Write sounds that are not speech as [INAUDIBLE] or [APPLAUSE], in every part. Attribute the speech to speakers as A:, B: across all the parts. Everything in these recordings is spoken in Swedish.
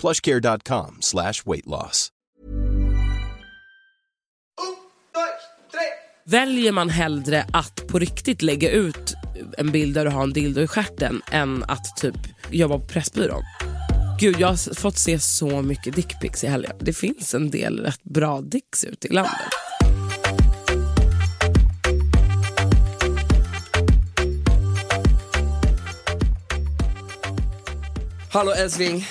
A: plushcare.com slash weight loss.
B: Väljer man hellre att på riktigt lägga ut en bild där du har en dildo i stjärten än att typ jobba på Pressbyrån? Gud, jag har fått se så mycket dickpics i helgen. Det finns en del rätt bra dicks ute i landet.
C: Hallå älskling.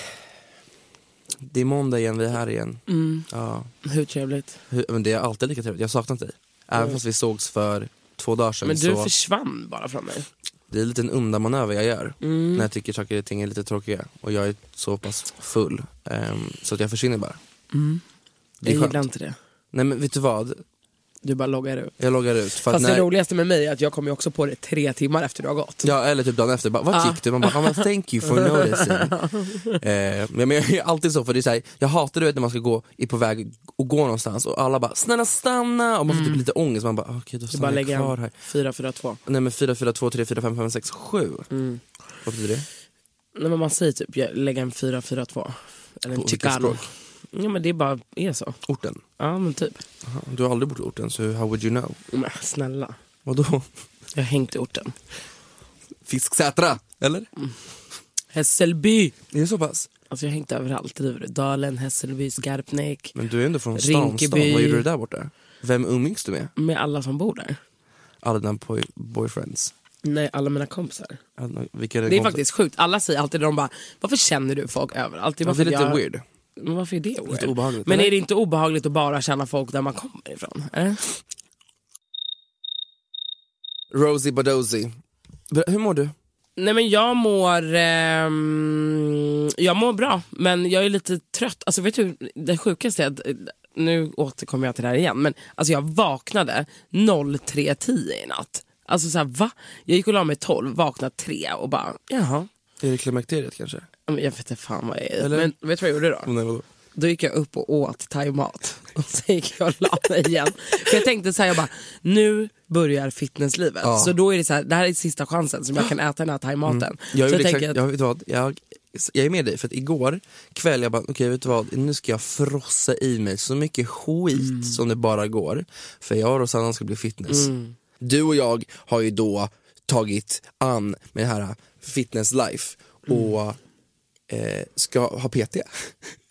C: Det är måndag igen, vi är här igen.
B: Mm.
C: Ja.
B: Hur trevligt?
C: Hur, men det är alltid lika trevligt, jag har saknat dig. Även fast vi sågs för två dagar sedan
B: Mm. Men du
C: så
B: försvann bara från mig.
C: det är en liten undanmanöver jag gör.
B: Mm.
C: När jag tycker saker och ting är lite tråkiga och jag är så pass full. ehm, så att jag försvinner bara. Det
B: Mm. Jag
C: är
B: gillar
C: skönt.
B: inte det.
C: Nej men vet du vad?
B: Du bara loggar ut.
C: Jag loggar ut. För att
B: Fast
C: när,
B: det roligaste med mig är att jag kommer ju också på det tre timmar efter du har gått.
C: Ja eller typ dagen efter, bara, vart gick du? Man bara, ah, men thank you for noticing.
B: [LAUGHS]
C: eh, men jag är alltid så, för det är så här, jag hatar du vet när man ska gå, är på väg och gå någonstans och alla bara snälla stanna och man får typ lite ångest, man bara okej då
B: Mm. Du bara
C: stannar jag
B: lägger
C: kvar här.
B: en 442.
C: Nej men 4, 4, 2, 3, 4, 5, 5, 6, 7.
B: Mm.
C: Vad betyder det?
B: Nej men man säger typ jag lägger en 442. Eller en
C: På vilket
B: chicano.
C: språk?
B: Ja men det är bara är så.
C: Orten?
B: Ja men typ.
C: Du har aldrig bott i orten så how would you know?
B: Men snälla.
C: Vadå? [LAUGHS]
B: Jag har hängt i orten.
C: Fisksätra? Eller?
B: Hässelby!
C: Är det så pass?
B: Alltså jag har hängt överallt. Driver du? Dalen, Hässelby, Skarpnäck.
C: Men du är ändå från stan, stan.
B: Rinkeby.
C: vad gjorde du där borta? Vem umgicks du med?
B: Med alla som bor där.
C: Alla dina boy, boyfriends?
B: Nej, alla mina kompisar.
C: Alla- Vilka
B: Det är faktiskt sjukt. Alla säger alltid de bara, varför känner du folk överallt? bara
C: Det är
B: för
C: lite
B: att jag-
C: weird.
B: Men varför är det weird?
C: Lite obehagligt,
B: Men
C: eller?
B: är det inte obehagligt att bara känna folk där man kommer ifrån? Eller?
C: Rosie Badozy. Ber- Hur mår du?
B: Nej men jag mår, ehm, jag mår bra men jag är lite trött. Alltså vet du, det sjukaste är att, eh, nu återkommer jag till det här igen, men alltså jag vaknade 03.10 i natt. Alltså såhär va? Jag gick och la mig 12, vaknade 3 och bara jaha.
C: Är det klimakteriet kanske?
B: Ja, men Jag vet inte fan vad jag är.
C: Eller?
B: Men vet du vad jag gjorde då?
C: nej, vadå?
B: Då gick jag upp och åt thaimat [LAUGHS] och sen gick jag och la mig igen. För jag tänkte så här, jag bara, nu börjar fitnesslivet.
C: Ja. Mm.
B: Så då är det så här, det här är sista chansen som jag kan äta den här thaimaten. Så
C: Jag,
B: jag
C: gjorde exakt,
B: tänker att-
C: jag, vet du vad, jag, jag är med dig, för att igår kväll jag bara, okej vet du vad, nu ska jag frossa i mig så mycket skit
B: Mm.
C: som det bara går. För jag och Rosanna ska bli fitness.
B: Mm.
C: Du och jag har ju då tagit an med det här fitness life
B: Mm.
C: och eh, ska ha PT.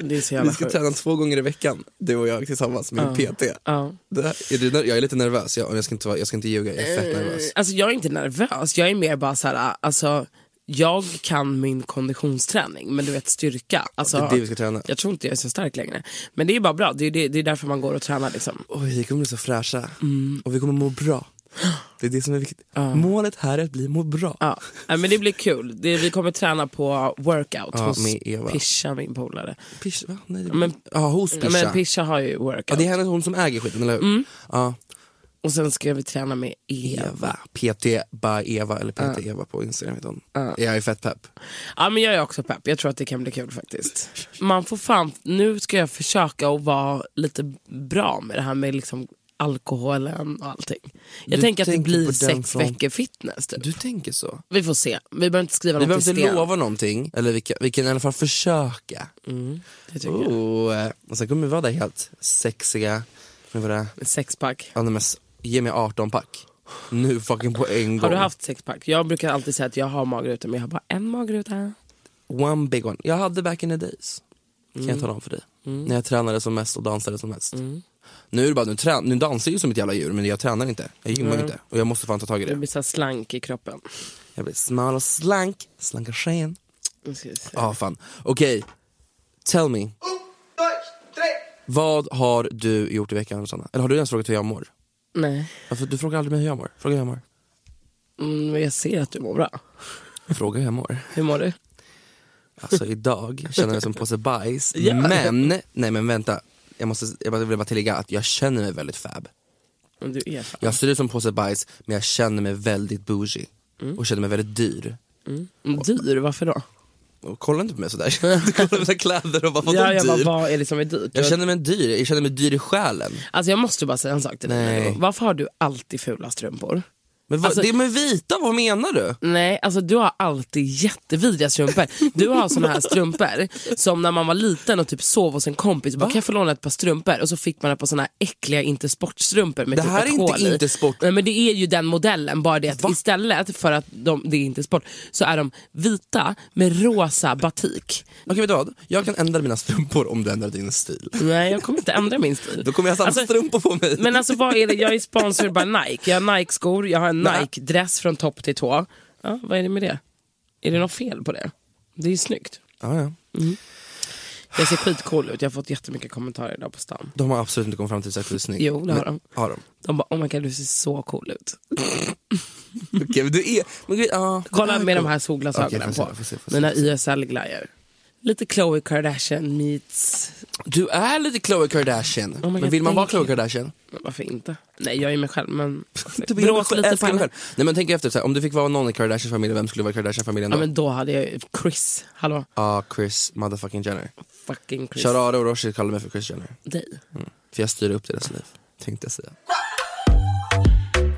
B: Det är så
C: Vi
B: jävla
C: ska
B: sjukt.
C: träna två gånger i veckan, du och jag tillsammans med en PT.
B: Ja.
C: Det här, är du, ner- jag är lite nervös, jag, jag, ska inte, vara- jag ska inte ljuga, jag är fett nervös.
B: Alltså jag är inte nervös, jag är mer bara så här, alltså jag kan min konditionsträning, men du vet styrka. Alltså,
C: Det är det vi ska träna.
B: Jag tror inte jag är så stark längre. Men det är ju bara bra, det är, det, det är därför man går och tränar liksom.
C: Oj, vi kommer bli så fräscha
B: Mm.
C: och vi kommer må
B: [GASPS]
C: bra. Det är det som är viktigt. Målet här är att bli må bra.
B: Ja, nej, men det blir kul. Det, vi kommer träna på workout
C: Ja,
B: hos
C: med Eva.
B: Pisha, min polare.
C: Pisha, va? Nej, det...
B: Men- Mm.
C: ja, hos
B: Ja,
C: Pisha.
B: men Pisha har ju workout.
C: Ja, det är henne, hon som äger skiten, eller hur? Ja.
B: Och sen ska vi träna med Eva.
C: Eva. PT by Eva eller PT Eva på Instagram heter hon. Jag är fett pepp.
B: Ja, men jag är också pepp. Jag tror att det kan bli kul faktiskt. Man får fan, nu ska jag försöka att vara lite bra med det här med liksom alkoholen och allting. Jag
C: Du
B: tänker att det
C: tänker
B: blir
C: på den
B: sex
C: från-
B: veckor fitness typ.
C: Du tänker så?
B: Vi får se. Vi behöver inte skriva
C: Vi
B: något i
C: behöver inte
B: sten.
C: lova någonting, eller vi kan, vi kan i alla fall försöka.
B: Det tycker jag.
C: Oh, eh, och sen kommer vi vara där helt sexiga med våra,
B: Sexpack.
C: ja, nej, men s- ge mig 18 pack. Nu fucking på en gång.
B: Har du haft sexpack? Jag brukar alltid säga att jag har magruta men jag har bara en magruta.
C: One big one. Jag hade back in the days. Kan
B: Mm.
C: jag tala om för dig. När jag tränade som mest och dansade som mest. Nu är det bara, nu, trän- nu dansar jag ju som ett jävla djur men jag tränar inte. Jag gymmar inte. Och jag måste fan ta tag i
B: Du
C: det.
B: blir så här slank i kroppen.
C: Jag blir smal och slank. Slanka tjejen.
B: Nu ska vi se.
C: Ja fan. Okej, tell me. Vad har du gjort i veckan Rosanna? Eller har du ens frågat hur jag mår?
B: Nej,
C: Varför- Du frågar aldrig mig hur jag mår. Fråga hur jag mår.
B: mm, men jag ser att du mår bra.
C: Fråga hur jag mår.
B: Hur mår du?
C: Alltså idag känner jag mig som en påse bajs.
B: [LAUGHS] Ja.
C: Men, nej men vänta. Jag, måste, jag bara- vill bara tillägga att jag känner mig väldigt fab.
B: Men Du är fan.
C: Jag ser ut som en påse bajs men jag känner mig väldigt bougie.
B: Mm.
C: Och känner mig väldigt dyr.
B: Dyr, varför då?
C: Och kolla inte på mig sådär. [LAUGHS] Du kollar på mina kläder och bara, vadå
B: Ja, jag bara,
C: dyr?
B: vad är det som är dyrt?
C: Jag känner mig dyr, jag känner mig dyr i själen.
B: Alltså jag måste bara säga en sak till dig.
C: Nej.
B: Lilo. Varför har du alltid fula strumpor?
C: Men vad,
B: Alltså-
C: det är med vita, vad menar du?
B: Nej, alltså du har alltid jättevidriga strumpor. Du har såna här strumpor som när man var liten och typ sov hos en kompis och bara, kan jag få låna ett par strumpor? Och så fick man ett par såna här äckliga inte sportstrumpor med
C: Det
B: typ
C: här
B: ett
C: är inte
B: hål i.
C: inte sport.
B: Nej men det är ju den modellen, bara det att
C: Va?
B: istället för att de, det är inte sport så är de vita med rosa batik.
C: Okej vet du vad, jag kan ändra mina strumpor om du ändrar din stil.
B: Nej jag kommer inte ändra min stil.
C: Då kommer jag ha samma
B: Mm. Alltså,
C: strumpor på mig.
B: Men alltså vad är det, jag är sponsrad by Nike. Jag har Nike-skor, jag har en
C: Nej.
B: Nike-dress från topp till tå. Ja, vad är det med det? Är det något fel på det? Det är ju snyggt.
C: ja, ja.
B: Jag ser skitcool ut, jag har fått jättemycket kommentarer idag på stan.
C: De har absolut inte kommit fram till att du är snygg.
B: Jo, det har
C: Men-
B: de.
C: Har de?
B: De bara, oh my god du ser så cool ut.
C: Okej, men du är... Men, gud, ja,
B: Kolla
C: är
B: med de
C: Ah, cool.
B: här
C: Okej,
B: solglasögonen
C: får se,
B: på.
C: får se, får se,
B: Mina
C: får se.
B: YSL-glajjor. Lite Khloe Kardashian meets...
C: Du är lite Khloe Kardashian.
B: Oh my
C: men
B: God,
C: vill man vara
B: thank
C: Khloe
B: you.
C: Kardashian?
B: Men Varför inte? Nej jag är mig själv men...
C: [LAUGHS] Du vill-
B: Bråk
C: jag
B: Typ, lite på
C: älskar mig
B: henne.
C: själv. Nej men tänk efter, så här, om du fick vara någon i Kardashians familj, vem skulle vara i Kardashian-familjen
B: Ja
C: då?
B: men då hade jag ju Chris, hallå?
C: Ah, Chris motherfucking Jenner.
B: Fucking Chris.
C: Sharada och Roshi kallar mig för Chris Jenner.
B: Dig.
C: För jag styr upp deras liv, tänkte jag säga.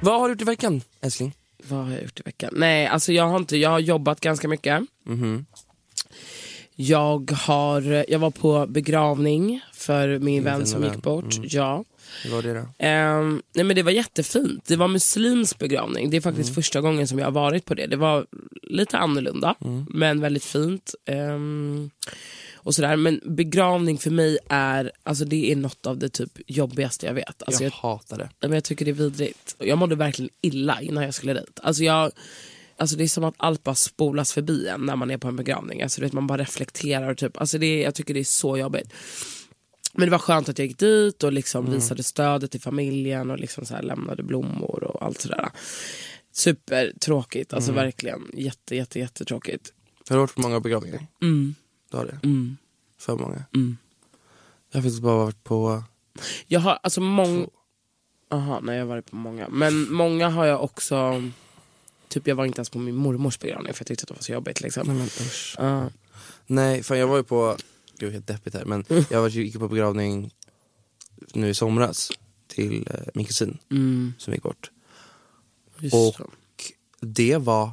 C: Vad har du gjort i veckan, älskling?
B: Vad har jag gjort i veckan? Nej, alltså jag har inte, jag har jobbat ganska mycket.
C: Mhm.
B: Jag, har, jag var på begravning för min vän som
C: vän. Mm.
B: gick bort. Ja.
C: Hur var det då?
B: Ehm, nej men det var jättefint. Det var muslims begravning. Det är
C: Mm.
B: faktiskt första gången som jag har varit på det. Det var lite annorlunda
C: Mm.
B: men väldigt fint. Ehm, och sådär. Men begravning för mig är alltså det är något av det typ jobbigaste jag vet. Alltså
C: jag
B: jag,
C: hatar det.
B: Nej, men jag tycker det är vidrigt. Och Jag mådde verkligen illa innan jag skulle dit. Alltså jag, alltså det är som att allt bara spolas förbi en när man är på en begravning. Alltså du vet, man bara reflekterar. Och typ. alltså det, är- jag tycker det är så jobbigt. Men det var skönt att jag gick dit och liksom visade stödet till familjen och liksom så här lämnade blommor och allt sådär. Supertråkigt, alltså verkligen jätte, jätte, jättetråkigt.
C: Har du varit på många begravningar?
B: Mm.
C: Du har det?
B: Mm.
C: För många?
B: Mm.
C: Jag har faktiskt bara varit på...
B: Jag har alltså Mm. många... Aha, nej jag har varit på många. Men många har jag också... Typ jag var inte ens på min mormors begravning för jag tyckte att det var så jobbigt.
C: Nej
B: Liksom.
C: men usch.
B: Ja.
C: Nej, fan jag var ju på... Gud helt deppigt här men
B: Mm.
C: jag var, gick ju på begravning nu i somras till eh, min kusin
B: mm,
C: som gick bort.
B: just det.
C: Och det var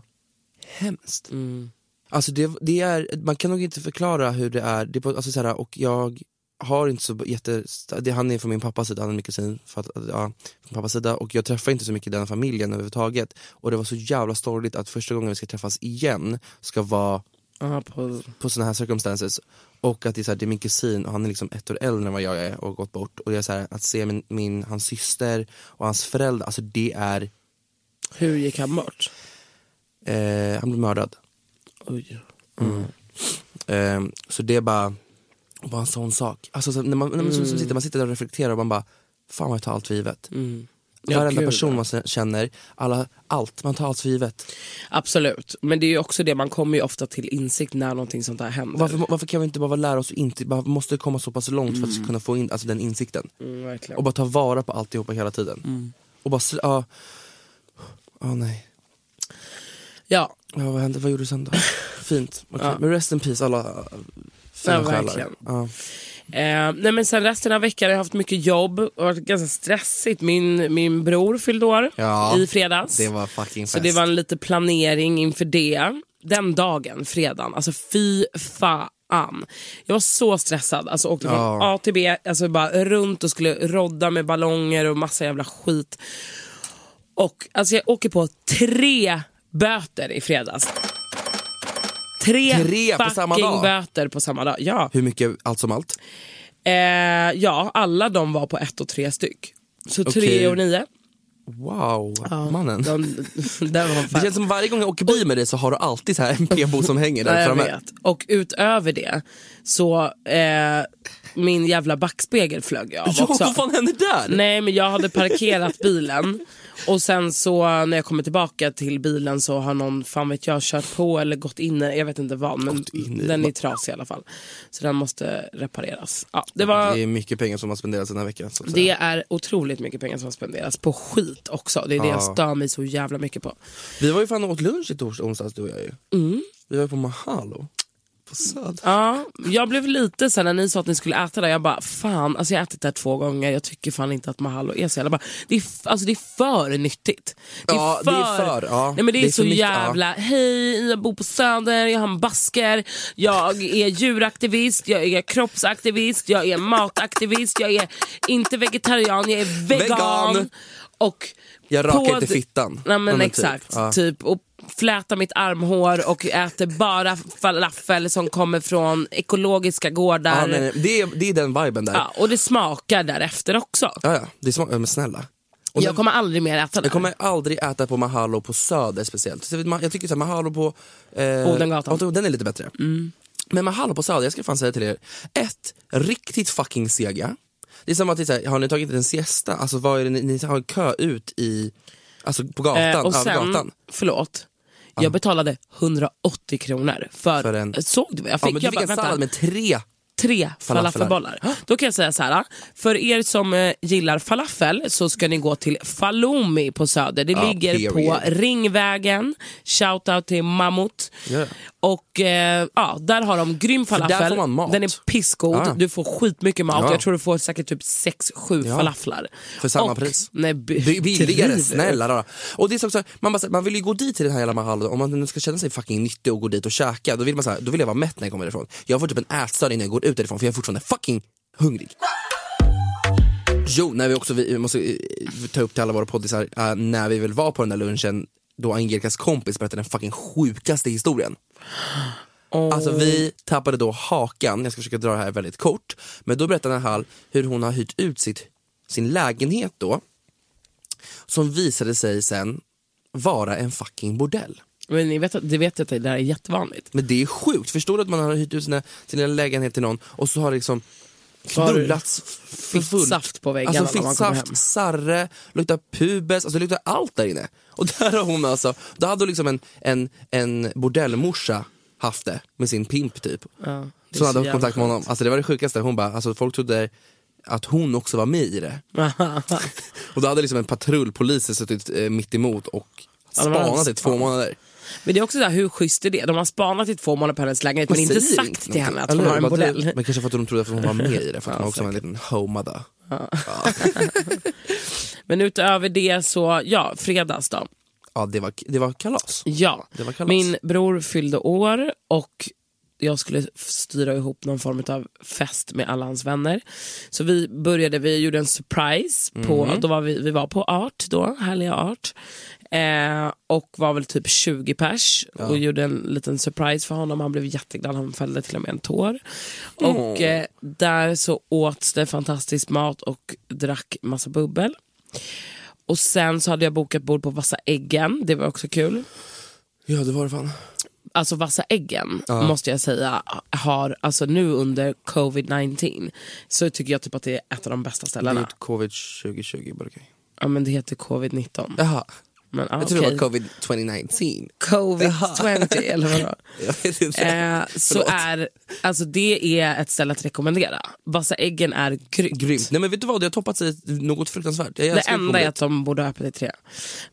C: hemskt.
B: Mm.
C: Alltså det, det är, man kan nog inte förklara hur det är. Det är på, alltså så här, och jag har inte så jätte... Det, han är från min pappas sida, han är min kusin. För att, ja, från pappas sida, och jag träffar inte så mycket den familjen överhuvudtaget. Och det var så jävla sorgligt att första gången vi ska träffas igen ska vara
B: Ja, på,
C: på såna här circumstances. Och att det är, så här, det är min kusin och han är liksom ett år äldre än vad jag är och har gått bort. Och det är så här, att se min, min, hans syster och hans föräldrar, alltså det är...
B: hur gick han bort?
C: Eh, han blev mördad.
B: Oj.
C: Ehm, så det är bara, och bara en sån sak. Alltså, så, när man, när man, som- som sitter, man sitter där och reflekterar och man bara, fan vad jag tar allt för givet.
B: Mm. Ja,
C: Varenda
B: gud,
C: person
B: ja.
C: man se- känner, alla, allt, man tar allt för givet.
B: Absolut, men det är ju också det, man kommer ju ofta till insikt när någonting sånt här händer.
C: Och Varför, varför kan vi inte bara vara- lära oss, och inte, bara, måste komma så pass långt för att kunna få in alltså, den insikten?
B: Mm, verkligen.
C: Och bara ta vara på alltihopa hela tiden. och bara... slä- Ja, ah. nej.
B: Ja,
C: Ja, vad hände? Vad gjorde du
B: [LAUGHS]
C: sen då? Fint. Okej.
B: Ja.
C: Men rest in peace alla fina
B: Ja,
C: själar.
B: verkligen.
C: Ja.
B: Eh, nej men sen resten av veckan har jag haft mycket jobb och varit ganska stressigt. Min, min bror fyllde år
C: Ja,
B: i fredags.
C: Det var fucking fest.
B: så det var en lite planering inför det. Den dagen, fredagen, alltså fy fan. Jag var så stressad. Alltså åkte från
C: Ja.
B: A till B, alltså bara runt och skulle rodda med ballonger och massa jävla skit. Och alltså jag åker på tre böter i fredags. Tre,
C: Tre på samma
B: fucking
C: dag?
B: böter på samma dag. Ja.
C: Hur mycket allt som allt?
B: Eh, ja, alla de var på ett och tre styck. Så tre
C: Okej. [LAUGHS]
B: och nio.
C: Wow, mannen.
B: De, där var
C: Det
B: fan.
C: känns som varje gång jag åker bil med dig så har du alltid så här en p-bo som hänger
B: Ja,
C: där
B: jag
C: framme.
B: vet. Och utöver det så eh, min jävla backspegel flög jag av
C: Ja,
B: också.
C: vad fan hände där?
B: Nej men jag hade parkerat bilen och sen så när jag kommer tillbaka till bilen så har någon, fan vet jag, kört på eller gått in i- jag vet inte vad men
C: in i-
B: den är trasig i alla fall. Så den måste repareras. Ja, det var
C: Det är mycket pengar som har spenderats den här veckan. Så att
B: Det
C: säga.
B: är otroligt mycket pengar som spenderas på skit också. Det är det jag
C: Ja.
B: stör mig så jävla mycket på.
C: Vi var ju fan och åt lunch i tors- onsdags du och jag ju. Vi var ju på Mahalo. På Söder.
B: Mm. Ja, jag blev lite sen när ni sa att ni skulle äta där, jag bara fan, alltså jag har ätit där två gånger, jag tycker fan inte att Mahalo är så jävla bra. Det är, f- alltså det är för nyttigt.
C: Ja, det är för, ja.
B: nej, men det, är, så
C: för mycket, ja.
B: jävla, hej jag bor på Söder, jag har en basker, jag är djuraktivist, jag är kroppsaktivist, jag är mataktivist, jag är inte vegetarian, jag är vegan.
C: Vegan.
B: Och
C: Jag rakar
B: på
C: inte
B: d-
C: fittan.
B: Nej,
C: Ja,
B: men
C: men typ.
B: exakt. Typ.
C: Ja.
B: Och flätar mitt armhår och äter bara falafel som kommer från ekologiska gårdar.
C: Ja, nej, nej. Det, är, det är den viben där.
B: Ja, och det smakar därefter också.
C: Ja, ja. Det är smak- ja, men snälla. Och
B: jag
C: den-
B: kommer aldrig mer äta det.
C: jag kommer aldrig äta på Mahalo på Söder speciellt. Så jag vet- Jag tycker så här, Mahalo på... Eh,
B: Odengatan. Mm.
C: ja, Den är lite bättre. Men Mahalo på Söder, jag ska fan säga till er. Ett, riktigt fucking sega. Det är som att, det är så här, har ni tagit en siesta? Alltså vad är det, ni, ni har en kö ut i... Alltså på gatan,
B: Eh, och
C: över
B: sen,
C: gatan.
B: förlåt. Jag betalade 180 kronor för,
C: För en-
B: såg du vad jag
C: Ja,
B: fick?
C: men du
B: jag
C: fick en
B: "Vänta."
C: sallad med tre
B: tre
C: Falafelar.
B: falafelbollar. Då kan jag säga så här, för er som eh, gillar falafel så ska ni gå till Falumi på Söder. Det
C: Ja, E.
B: ligger på
C: period.
B: Ringvägen, shoutout till Mammut.
C: Ja.
B: Och eh, ja, där har de grym
C: där
B: falafel,
C: får man mat.
B: den är pissgod,
C: Ja.
B: du får skitmycket mat.
C: Ja.
B: Jag tror du får säkert typ 6-7
C: Ja.
B: falafflar.
C: För samma
B: och,
C: pris.
B: Nej, b-
C: Det är billigare,
B: driver.
C: snälla rara. Och det är så också, man, bara, så här, man vill ju gå dit till den här jävla Mahalo, om man nu ska känna sig fucking nyttig och gå dit och käka, då vill, man, så här, då vill jag vara mätt när jag kommer därifrån. Jag får typ en ätstörd innan jag går ut därifrån för jag är fortfarande fucking hungrig. Jo, när vi också vi måste eh, ta upp till alla våra poddisar, eh, när vi väl var på den där lunchen, då Angelicas kompis berättade den fucking sjukaste historien. Alltså vi tappade då hakan, jag ska försöka dra det här väldigt kort, men då berättade Nahal hur hon har hyrt ut sitt, sin lägenhet då, som visade sig sen vara en fucking bordell.
B: Men ni vet, att- det vet jag att det där är jättevanligt.
C: Men det är sjukt, förstår du att man har hyrt ut sina, sin lilla lägenhet till någon och så har det liksom
B: har du
C: knullats för fullt.
B: fittsaft på väggarna
C: alltså,
B: när man kommer
C: fittsaft,
B: hem.
C: sarre, luktar pubes, alltså det luktar allt där inne. Och där har hon alltså, då hade hon liksom en, en, en bordellmorsa haft det med sin pimp typ.
B: det är
C: så hon
B: så
C: hade haft
B: jävla
C: kontakt med honom, alltså det var det sjukaste. Hon bara, alltså folk trodde att hon också var med i
B: [LAUGHS]
C: det. Och då hade liksom en patrull poliser suttit eh, mitt emot och
B: de hade
C: spanat i två
B: spanat.
C: månader.
B: Men det är också så här, hur schysst är det? De har spanat i två månader på hennes lägenhet men, inte
C: säger
B: sagt
C: inte
B: till
C: någonting.
B: henne att
C: Eller
B: hon
C: hur?
B: har en
C: Bara,
B: bordell.
C: du- Men kanske för att de trodde att hon var med i det, för att
B: Ja,
C: hon också var en liten homada. Ja.
B: Men utöver det så, ja, fredags då.
C: Ja, det, var, det var kalas.
B: Ja,
C: Det var kalas.
B: min bror fyllde år och jag skulle f- styra ihop någon form av fest med alla hans vänner. Så vi började, vi gjorde en surprise, på,
C: Mm.
B: då var vi, vi var på Art då, härliga Art. Eh, och var väl typ 20 pers och gjorde en liten surprise för honom. Han blev jätteglad, han fällde till och med en tår. Och eh, där så åts det fantastisk mat och drack massa bubbel. Och sen så hade jag bokat bord på Vassa äggen, det var också kul
C: Ja, det var det fan.
B: alltså Vassa äggen måste jag säga har, alltså nu under covid-19 så tycker jag typ att det är ett av de bästa
C: Det är
B: ställena.
C: ett covid 2020, bara okej.
B: Ja men det heter covid-19.
C: Jaha.
B: Men, ah,
C: Jag tror
B: okej.
C: det var covid 2019.
B: Covid-20 eller vadå?
C: [LAUGHS] Jag vet inte.
B: Eh, så
C: Förlåt.
B: är, alltså det är ett ställe att rekommendera. Vassa äggen är grymt.
C: Grymt. Nej men vet du vad, det har toppat sig något fruktansvärt. Jag
B: Det
C: älskar
B: enda är
C: covid.
B: att de borde ha öppet i tre.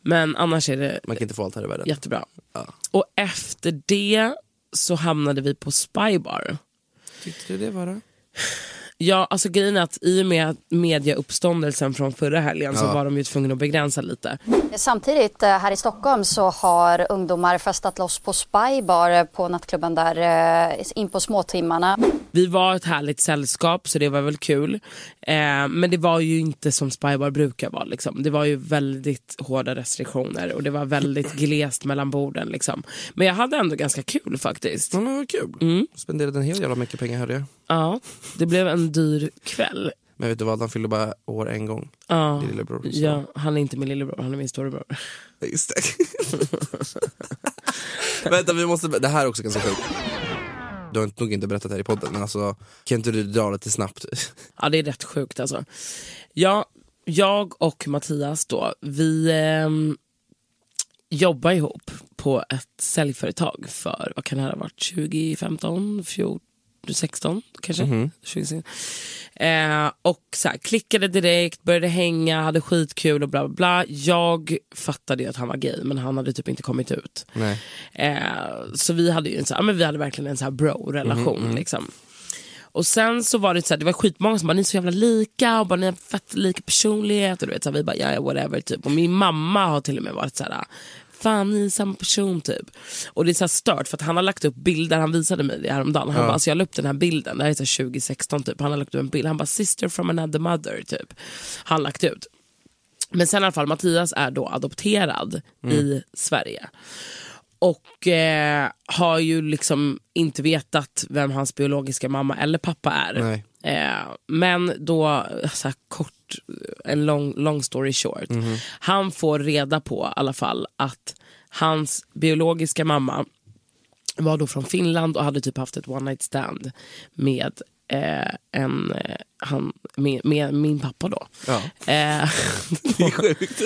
B: Men annars är det
C: Man kan inte få allt här i världen.
B: jättebra.
C: Ja.
B: Och efter det så hamnade vi på Spybar.
C: Tyckte du det var det?
B: Ja, alltså grejen är att i och med mediauppståndelsen från förra helgen så var de ju tvungna att begränsa lite.
D: Samtidigt eh, här i Stockholm så har ungdomar festat loss på Spybar eh, på nattklubben där eh, in på småtimmarna.
B: Vi var ett härligt sällskap så det var väl kul. Eh, men det var ju inte som Spybar brukar vara. Liksom. Det var ju väldigt hårda restriktioner och det
C: [LAUGHS]
B: var väldigt glest mellan borden. Liksom. Men jag hade ändå ganska kul faktiskt.
C: Ja, men vad kul.
B: Mm.
C: Spenderade en hel jävla mycket pengar hörde jag.
B: Ja, det blev en dyr kväll.
C: Men vet du vad, han fyllde bara år en gång.
B: Ja.
C: Din lillebror. så-
B: Ja, han är inte min lillebror, han är min storebror.
C: Ja, Just det. [LAUGHS] Vänta, vi måste... Det här är också ganska sjukt. Du har nog inte berättat det här i podden, men alltså, kan inte du dra lite snabbt?
B: Ja, det är rätt sjukt alltså. Ja, jag och Mattias då, vi ehm, jobbar ihop på ett säljföretag för, vad kan det här ha varit, 2015, 14, 16 kanske? 2016. Eh, och så här, klickade direkt, började hänga, hade skitkul och bla bla bla. Jag fattade ju att han var gay men han hade typ inte kommit ut.
C: Nej.
B: Eh, så vi hade ju en så här, men vi hade verkligen en så här bro-relation. Liksom. Och sen så var det så här, det var skitmånga som bara, ni är så jävla lika och bara, ni har fett lika personlighet. Och du vet, så här, vi bara, ja ja, whatever. Typ. Och min mamma har till och med varit så här, fan ni är samma person typ. Och det är så här stört för att han har lagt upp bilder, han visade mig det häromdagen. Han bara, alltså, jag la upp den här bilden, det här är så här 2016 typ. Han har lagt upp en bild, han bara, sister from another mother typ. Han har lagt ut. Men sen i alla fall, Mattias är då adopterad
C: Mm.
B: i Sverige. Och eh, har ju liksom inte vetat vem hans biologiska mamma eller pappa är.
C: Nej.
B: Eh, men då, så här kort, en long, long story short.
C: Mhm.
B: Han får reda på i alla fall att hans biologiska mamma var då från Finland och hade typ haft ett one night stand med, eh, en, eh, han, med, med min pappa då.
C: Ja. [LAUGHS]
B: Eh, [LAUGHS]
C: Det är sjukt.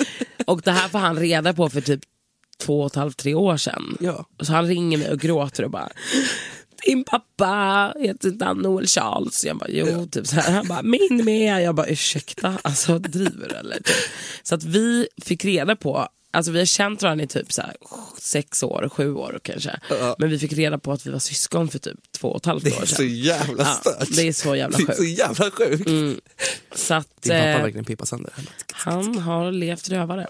B: och det här får han reda på för typ två och ett halvt, tre år sedan.
C: Ja.
B: Och Så han ringer mig och gråter och bara din pappa heter inte han Noel Charles. Jag bara, jo, typ så här. Han bara, min med. Jag bara, ursäkta, alltså driver du eller? Typ. Så att vi fick reda på, alltså vi har känt varandra i typ så här, sex år, sju år kanske. Men vi fick reda på att vi var syskon för typ två och ett
C: [LAUGHS]
B: halvt
C: Det
B: år
C: är
B: sedan.
C: så jävla
B: Ja,
C: stört.
B: det är så jävla
C: Det är så
B: sjukt.
C: jävla sjukt. Mm,
B: Så att
C: Din pappa
B: eh,
C: har verkligen pippat sönder. Han bara,
B: han har levt rövare.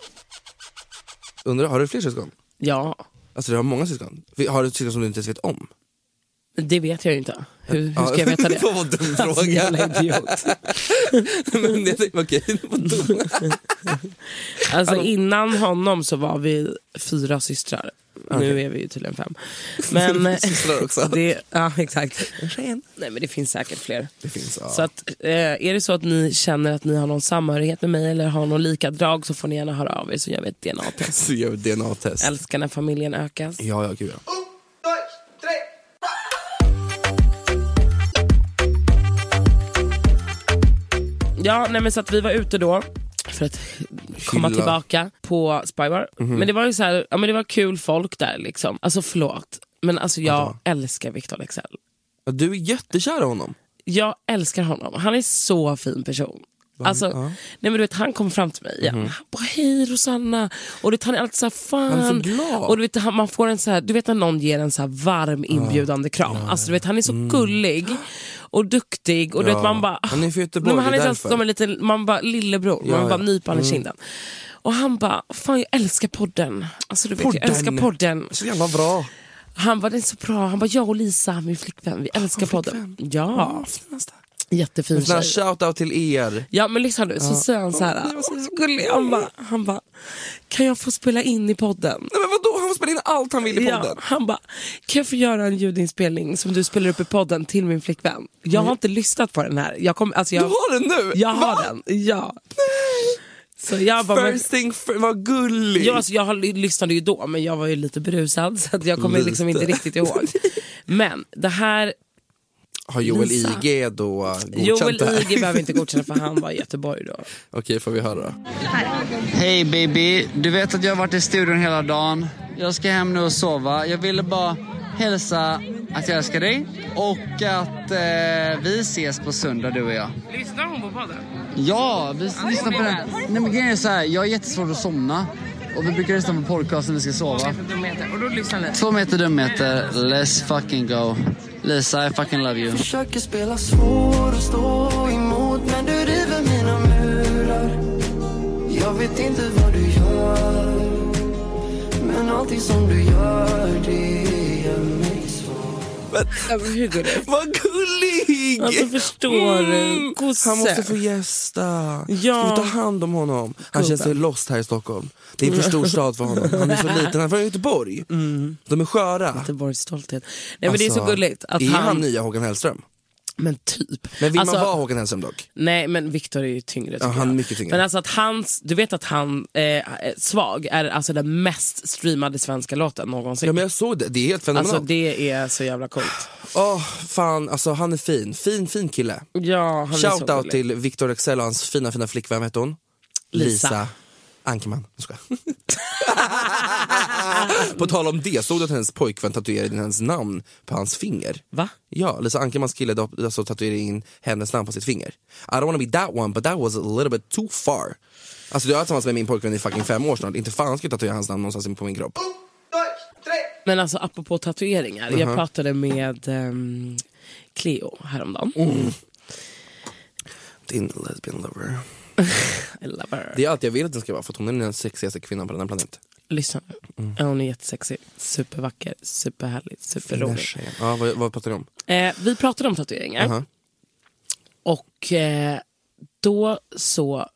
C: Undrar, har du fler syskon?
B: Ja,
C: Alltså du har många syskon. Har du syskon som du inte ens vet om?
B: det vet jag ju inte. Hur, hur
C: Ja,
B: ska
C: [LAUGHS]
B: jag veta det?
C: det var en dum
B: Alltså,
C: fråga.
B: jävla idiot.
C: [LAUGHS] Men jag tänkte, okej, [LAUGHS] vad dum.
B: Alltså innan honom så var vi fyra systrar. Nu är vi ju
C: [LAUGHS]
B: tydligen fem. Men,
C: Systrar också.
B: [LAUGHS] Det, ja, exakt. Nej men det finns säkert fler.
C: Det finns, ja.
B: Så att, eh, är det så att ni känner att ni har någon samhörighet med mig eller har någon lika drag så får ni gärna höra av er så gör vi
C: [LAUGHS]
B: ett DNA-test.
C: Så gör vi DNA-test.
B: Älskar när familjen ökas.
C: Ja, ja, gud ja.
B: Ja, nej men så att vi var ute då för att komma
C: Hylla.
B: tillbaka på Spybar. Men det var ju så här, ja, men det var kul folk där liksom. Alltså förlåt, men alltså jag älskar Victor Leksell.
C: ja. Du är jättekär i honom.
B: Jag älskar honom. Han är så fin person. Alltså, nej men du vet, han kom fram till mig igen. Han bara, hej Rosanna. Och du vet, han är alltid så här, fan.
C: Mhm. Han är så glad.
B: Och du vet, han, man får en så här, du vet när någon ger en så här varm inbjudande kram. Alltså, du vet, han är så gullig och duktig. Och du
C: Mm. Ja.
B: vet, man bara,
C: Han är från Göteborg,
B: Nej, men han
C: det är
B: är
C: därför.
B: så, som en liten, man bara, lillebror.
C: Ja, Mm.
B: man bara
C: ja.
B: nyper han i kinden. Och han bara, fan jag älskar podden. Alltså, du vet, jag
C: Podden.
B: älskar podden.
C: Så jävla bra.
B: Han bara, den är så bra. Han bara, jag och Lisa, min flickvän,
C: Ah,
B: vi älskar podden. Ja,
C: finaste.
B: jättefin
C: Sån här
B: tjej.
C: shoutout till er.
B: Ja men lyssna nu, så säger han så här. så gullig. Han bara, han bara, kan jag få spela in i podden?
C: Nej men vadå, han spelar in allt han vill i
B: Ja,
C: podden.
B: han bara, kan jag få göra en ljudinspelning som du spelar upp i podden till min flickvän? Jag har inte lyssnat på den här. Jag, kom, alltså
C: Du
B: jag,
C: har den nu?
B: jag har
C: Va?
B: den. Ja. Så jag bara, men,
C: First thing, fir- vad gullig.
B: jag, alltså, jag har- lyssnade ju då men jag var ju lite berusad så att jag kommer liksom inte
C: Lite.
B: riktigt ihåg. Men det här
C: Har Joel
B: Lisa.
C: IG då eh, godkänt
B: Joel
C: det här?
B: Ige behöver inte godkänna för han var i Göteborg då.
C: [LAUGHS] Okej, får vi höra.
E: Hej baby, du vet att jag har varit i studion hela dagen. Jag ska hem nu och sova. Jag ville bara hälsa att jag älskar dig och att eh, vi ses på söndag du och jag.
B: Lyssnar hon på podden?
E: Ja, vi lyssnar på den. Nej men grejen är så här, jag har jättesvårt att somna. Och vi brukar lyssna på podcast när vi ska sova.
B: Och då lyssnar ni?
E: Två meter dumheter, let's fucking go. Lisa, I fucking love you.
F: Försöker spela svår och stå emot men du river mina murar Jag vet inte vad du gör men allting som du gör det gör mig svår
B: Hur går det?
C: Vad gullig!
B: Alltså förstår du?
C: Mm.
B: Kosse.
C: Han måste få gästa.
B: Ja.
C: Ska vi ta hand om honom? Han känns så lost här i Stockholm. Det är en för stor
B: Mm.
C: stad för honom. Han är så liten. Han är från Göteborg. De är sköra.
B: Göteborgs stolthet. Nej Mm. men det är så
C: Alltså,
B: gulligt att
C: är
B: han...
C: han... nya Håkan Hellström?
B: Men typ.
C: Men vill
B: Alltså-
C: man vara Håkan Hellström dock?
B: Nej men Viktor är ju tyngre. tycker
C: Ja, han är
B: jag.
C: mycket tyngre.
B: Men alltså att hans, du vet att han, eh, eh, Svag, är alltså den mest streamade svenska låten någonsin.
C: Ja men jag såg det, det är helt fenomenalt.
B: Alltså det är så jävla coolt.
C: Åh, fan, alltså han är fin. Fin, fin kille.
B: Ja, han är så
C: Shoutout
B: gullig.
C: till Victor Excel och hans fina, fina flickvän, vad hette hon?
B: Lisa.
C: Ankerman. Jag [LAUGHS] skojar. på tal om det, såg du att hennes pojkvän tatuerade in hennes namn på hans finger?
B: Va?
C: Ja, Lisa Ankermans kille da- alltså, tatuerade in hennes namn på sitt finger. I don't wanna be that one but that was a little bit too far. Alltså jag har varit tillsammans med min pojkvän i fucking fem år snart, inte fan ska jag tatuera hans namn någonstans på min kropp.
B: Men alltså apropå tatueringar,
C: Uh-huh.
B: jag pratade med ehm, Cleo häromdagen.
C: Mm. Din lesbian lover.
B: I love her.
C: Det är allt jag vill att den ska vara för att hon är den sexigaste kvinnan på den här planeten.
B: Lyssna nu.
C: Mm.
B: Ja, Hon är jättesexig, supervacker, superhärlig, superrolig.
C: Tjejen. Ja, vad, vad pratar du om?
B: Eh, vi pratade om tatueringar.
C: Aha.
B: Och eh, då så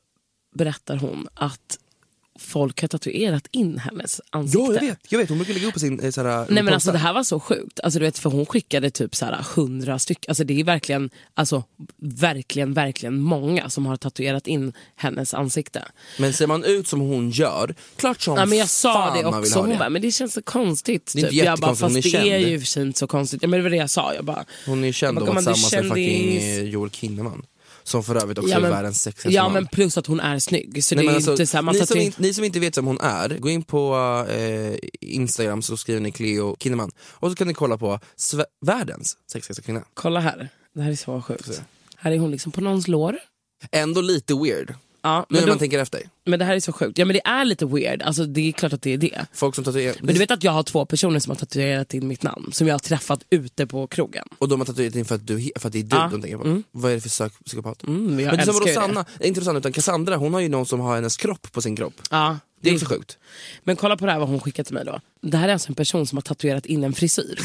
B: berättar hon att folk har tatuerat in hennes ansikte.
C: Ja, jag vet, jag vet. Hon brukar lägga upp på sin eh, såhär,
B: Nej men alltså det här var så sjukt. Alltså, du vet, för hon skickade typ så här 100 stycken. Alltså, det är verkligen, alltså, verkligen, verkligen många som har tatuerat in hennes ansikte.
C: Men ser man ut som hon gör, klart som
B: Ja, men jag sa
C: fan
B: det
C: man vill
B: också,
C: ha
B: hon
C: det.
B: bara, men det känns så konstigt. Typ.
C: Det är inte
B: jag bara,
C: jättekonstigt,
B: fast
C: hon är
B: det är
C: känd.
B: ju i och för sig inte så konstigt. Ja, men det var det jag sa. Jag bara,
C: Hon är ju känd
B: Jag
C: och
B: bara,
C: var
B: "Gumman, du
C: tillsammans med fucking
B: kändis."
C: eh, Joel Kinnaman. Som för övrigt också
B: Ja, men-
C: är världens sexigaste
B: ja
C: man.
B: men plus att hon är snygg. Så
C: Nej,
B: det
C: men
B: är ju
C: alltså,
B: inte så här, man
C: ni, som
B: tatuerar-
C: inte, ni som inte vet vem hon är, gå in på eh, Instagram så skriver ni Cleo Kinnaman och så kan ni kolla på sve- världens sexigaste kvinna.
B: Kolla här, det här är så
C: Alltså.
B: sjukt. Här är hon liksom på någons lår.
C: Ändå lite weird,
B: Ja,
C: nu
B: men,
C: när
B: då,
C: man tänker efter.
B: men det här är så sjukt. Ja men det är lite weird, alltså, det är klart att det är det.
C: Folk som tatuerar,
B: Men du vet att jag har två personer som har tatuerat in mitt namn som jag har träffat ute på krogen.
C: och de har tatuerat in för att, du, för att det är du
B: Ja,
C: de tänker på. Vad är det för sök- psykopat?
B: Mm, jag
C: men det är som
B: älskar ju det.
C: Rosanna, inte Rosanna utan Cassandra, hon har ju någon som har hennes kropp på sin kropp.
B: Ja,
C: Det är också
B: Mm.
C: sjukt. [LAUGHS]
B: Men kolla på det här vad hon skickat till mig då. Det här är alltså en person som har tatuerat in en frisyr.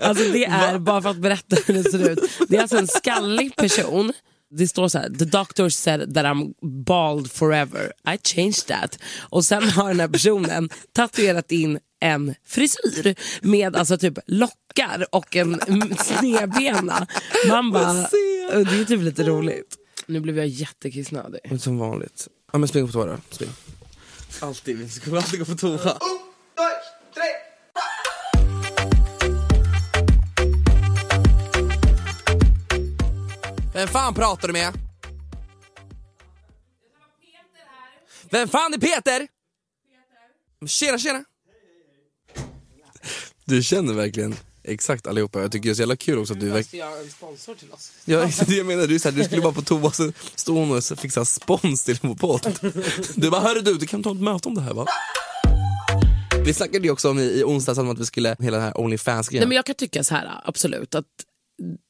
B: alltså det är, bara för att berätta hur det ser ut. Det är alltså en skallig person. Det står så här, the doctor said that I'm bald forever. I changed that. Och sen har den här personen tatuerat in en frisyr med alltså typ lockar och en mm, snedbena. Man bara, det är typ lite roligt. Nu blev jag jättekissnödig.
C: Men som vanligt. Ja men spring på toa då. Spring. Alltid, vi ska alltid gå på toa. Vem fan pratar du med? Vem fan är Peter? Tjena tjena! Du känner verkligen exakt allihopa. Jag tycker det är så jävla kul också att du verkligen...
B: jag en sponsor till oss?
C: Ja, [LAUGHS] det jag menar, du, är så här, du skulle vara på toa så stod hon och så fixade spons till vår podd. Du bara, hörru du, du kan ta ett möte om det här va? Vi snackade ju också om i, i onsdags om att vi skulle, hela den här
B: Nej,
C: Onlyfans-grejen.
B: men jag kan tycka så här, absolut, att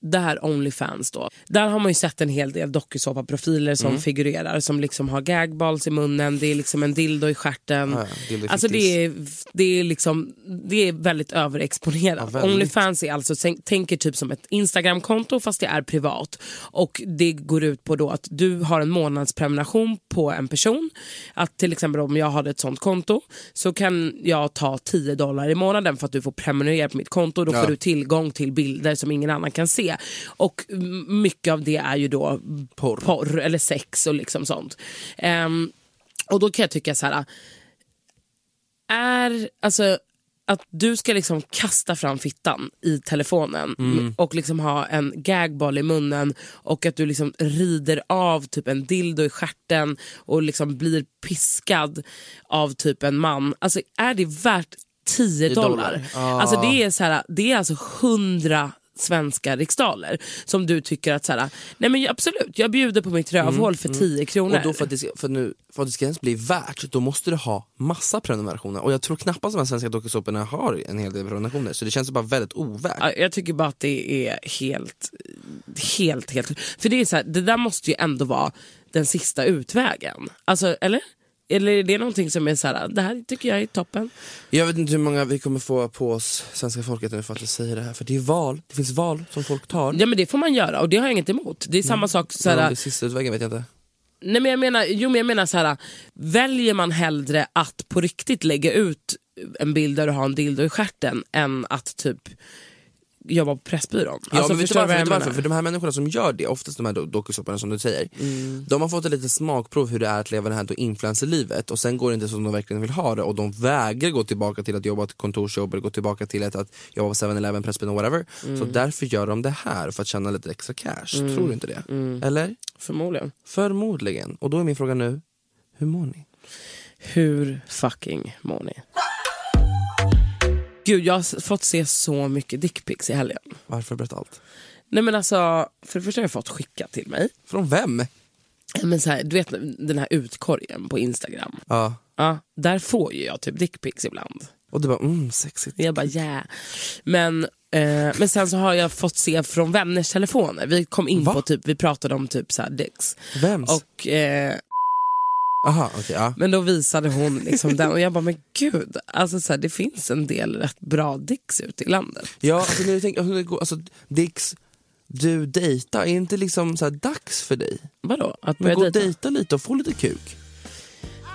B: det här Onlyfans då, där har man ju sett en hel del dokusåpaprofiler som
C: Mm.
B: figurerar som liksom har gagballs i munnen, det är liksom en dildo i stjärten.
C: Ja, dildo i
B: alltså det är, det är liksom, det är väldigt överexponerat.
C: Ja, väldigt.
B: Onlyfans är alltså, tänk- tänker typ som ett Instagramkonto fast det är privat. Och det går ut på då att du har en månadsprenumeration på en person. Att till exempel om jag hade ett sånt konto så kan jag ta 10 dollar i månaden för att du får prenumerera på mitt konto. Då får du tillgång till bilder som ingen annan kan se. Och m- mycket av det är ju då porr, eller sex och liksom sånt. Ehm, och då kan jag tycka så här är, alltså, att du ska liksom kasta fram fittan i telefonen
C: Mm.
B: och liksom ha en gagball i munnen och att du liksom rider av typ en dildo i stjärten och liksom blir piskad av typ en man. Alltså är det värt 10 dollar?
C: dollar. Ah.
B: Alltså det är, så här, det är alltså 100 svenska riksdaler som du tycker att så här, nej men absolut jag bjuder på mitt rövhål för 10 kronor.
C: Mm, Och då för att, det ska, för, nu, för att det ska ens bli värt, då måste du ha massa prenumerationer. Och jag tror knappast de här svenska dokusåporna har en hel del prenumerationer, så det känns bara väldigt ovärt.
B: Ja, jag tycker bara att det är helt, helt, helt... För det är så här, det där måste ju ändå vara den sista utvägen. Alltså, eller? Eller är det någonting som är så här, det här tycker jag är toppen.
C: Jag vet inte hur många vi kommer få på oss, svenska folket nu för att jag säger det här, för det är val, det finns val som folk tar.
B: Ja men det får man göra och det har jag inget emot. Det är
C: Mm.
B: samma sak så
C: Men om
B: här,
C: det är sista utvägen vet jag inte.
B: Nej men jag menar, jo men jag menar så här, väljer man hellre att på riktigt lägga ut en bild där du har en dildo i stjärten än att typ jobba på Pressbyrån?
C: Ja, men vet du
B: Alltså, förstår
C: varför,
B: vad jag
C: vet du varför?
B: menar?
C: För de här människorna som gör det, oftast de här do- dokusåporna som du säger,
B: Mm.
C: de har fått ett litet smakprov hur det är att leva det här då influencerlivet och sen går det inte som de verkligen vill ha det och de vägrar gå tillbaka till att jobba ett kontorsjobb eller gå tillbaka till ett, att jobba på 7-Eleven, Pressbyrån, whatever. Så
B: Mm.
C: därför gör de det här för att tjäna lite extra cash. Tror du inte det?
B: Mm.
C: Eller?
B: Förmodligen.
C: Förmodligen. Och då är min fråga nu, hur mår ni?
B: Hur fucking mår ni? Gud, jag har s- fått se så mycket dickpics i helgen.
C: Varför berätta allt?
B: Nej men alltså, för det första har jag fått skickat till mig.
C: Från vem?
B: Men så här, du vet den här utkorgen på Instagram.
C: Ja.
B: Ja, där får ju jag typ dickpics ibland.
C: Och du bara, mm, sexigt.
B: Jag bara yeah. Men, eh, men sen så har jag fått se från vänners telefoner. Vi kom in
C: Va?
B: på typ, vi pratade om typ så här dicks.
C: Vems?
B: Och, eh,
C: Aha, okej. ja.
B: men då visade hon liksom den och jag bara men gud, alltså så här, det finns en del rätt bra dicks ute i landet.
C: Ja, alltså, när du tänker, alltså, när det går- alltså, Dicks, du dejtar, är det inte liksom så här dags för dig?
B: Vadå? Att
C: Men
B: börja
C: gå och
B: dejta?
C: dejta lite och få lite kuk.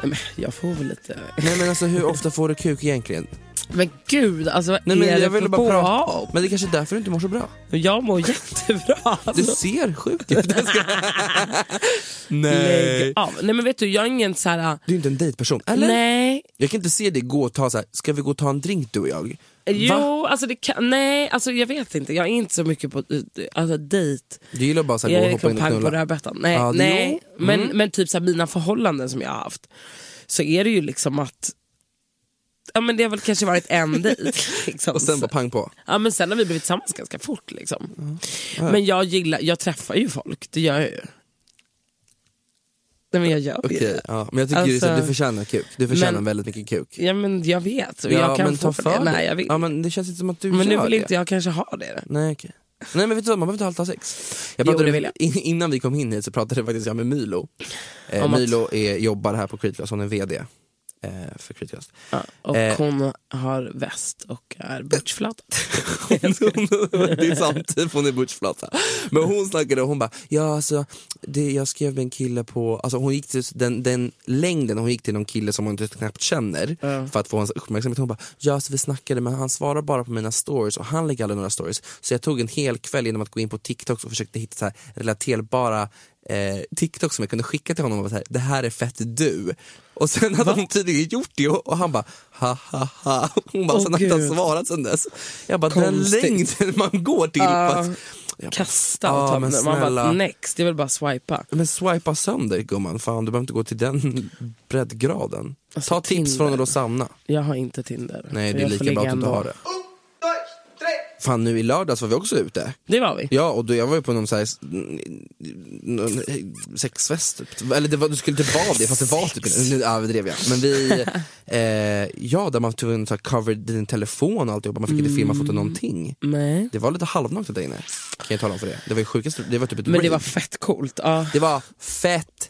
B: Nej, men jag får väl lite...
C: Nej men alltså hur ofta får du kuk egentligen?
B: [LAUGHS] Men gud, alltså vad
C: Nej, men
B: är det
C: jag
B: för
C: ville bara prata
B: påhopp?
C: Men det är kanske är därför du inte mår så bra.
B: Jag
C: [LAUGHS]
B: mår jättebra.
C: Du
B: Alltså.
C: ser sjuk ut. Jag [LAUGHS] ska- Nej.
B: Lägg av. Nej men vet du, jag är ingen så här...
C: Du är inte en dejtperson, eller?
B: Nej,
C: Jag kan inte se dig gå och ta så här, ska vi gå och ta en drink du och jag? Va?
B: jo, alltså det kan, nej, alltså jag vet inte. Jag är inte så mycket på alltså, dejt.
C: Du gillar bara så här,
B: Jag
C: gå och
B: är
C: hoppa in och
B: kampanj på
C: knulla.
B: rödbetan. Nej,
C: Ja, det-
B: nej.
C: jo. Mm.
B: Men, men typ så här, mina förhållanden som jag har haft, så är det ju liksom att Ja men det har väl kanske varit
C: [LAUGHS]
B: en dejt. Liksom.
C: Och sen bara pang på.
B: Ja men sen har vi blivit tillsammans ganska fort liksom. Men jag gillar, jag träffar ju folk, det gör jag ju. Nej men jag gör
C: Okej,
B: det.
C: ja. men jag tycker
B: Alltså-
C: alltså... du förtjänar kuk. Du förtjänar
B: Men-
C: väldigt mycket kuk.
B: Ja men jag vet och jag kan
C: men
B: få
C: ta
B: det
C: för
B: när
C: dig.
B: jag vill.
C: Ja, men det känns inte som att du
B: men nu
C: gör
B: vill
C: det. Mm.
B: inte jag kanske ha det.
C: Nej, okej. Nej men vet du vad, man behöver inte alltid ha sex. Jag
B: Jo,
C: pratade
B: det vill jag.
C: in- innan vi kom in hit så pratade faktiskt jag med Milo. Eh,
B: Om att-
C: Milo är, jobbar här på Creedcast, hon är VD eh, för Creedcast.
B: Ja, och
C: Eh.
B: hon har väst och är butchflat.
C: det är sant, typ, hon är butchflata. Men hon snackade och hon bara, ja alltså, det, jag skrev med en kille på, alltså hon gick till den, den längden, hon gick till någon kille som hon inte knappt känner för att få hans uppmärksamhet. Hon bara, ja alltså, vi snackade men han svarar bara på mina stories och han lägger aldrig några stories. Så jag tog en hel kväll genom att gå in på TikTok och försökte hitta så här relaterbara Eh, TikTok som jag kunde skicka till honom och var så här, det här är fett du. Och sen hade hon tydligen gjort det och, och han bara ha ha ha. Hon bara,
B: Åh,
C: sen har inte han
B: Gud.
C: svarat sen dess. Jag bara,
B: Konstigt.
C: den längden man går till. på att- Jag bara, [LAUGHS]
B: Kasta
C: ja,
B: allt.
C: men
B: man bara
C: snälla.
B: next, det är väl bara swipa.
C: Men swipa sönder gumman, fan du behöver inte gå till den breddgraden.
B: Alltså,
C: Ta tips
B: Tinder.
C: från Rosanna.
B: Jag har inte Tinder.
C: Nej det är
B: Jag får
C: lika
B: ligga
C: bra att du inte
B: ändå.
C: har det. Fan nu i lördags var vi också ute.
B: Det var vi.
C: Ja och då, jag var ju på någon, så här, s- n- någon sexfest, typ. eller det var, du skulle typ vara det fast det var typ inte- nu överdrev jag. Men
B: [LAUGHS]
C: vi, eh, ja där man tvungen att så här cover din telefon och alltihopa, man fick inte
B: Mm.
C: filma, fota någonting.
B: Nej.
C: Det var lite halvnaket där inne, kan jag tala om för det. Det var ju sjukast, det var typ ett
B: Men det
C: rave.
B: var fett coolt. Ja.
C: Det var fett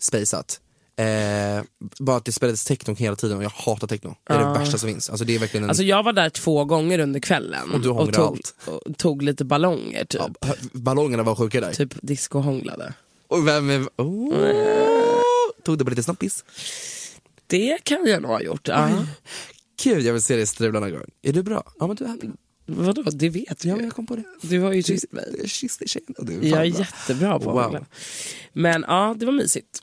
C: spejsat. Eh, bara att det spelades techno hela tiden och jag hatar techno. Det är det värsta som finns. Alltså det är
G: Mm.
C: verkligen en...
B: Alltså jag var där två gånger under kvällen
C: Och du hånglade
B: tog,
C: allt.
B: och tog lite ballonger typ.
C: ja, ballongerna var sjuka där.
B: Typ discohånglade.
C: Och vem är... Oh. Tog det på lite snabbis.
B: Det kan jag nog ha gjort. Ja.
C: Gud jag vill se dig strula någon gång. Är du bra? Ja men du är bra.
B: Vadå, det vet
C: Ja
B: jag
C: men
B: ju.
C: jag kom på det.
B: Du har ju
C: Du
B: kysst mig.
C: kysste tjejen och du är fan
B: Jag är
C: bra.
B: jättebra på att
C: Wow.
B: hångla. Men ja, det var mysigt.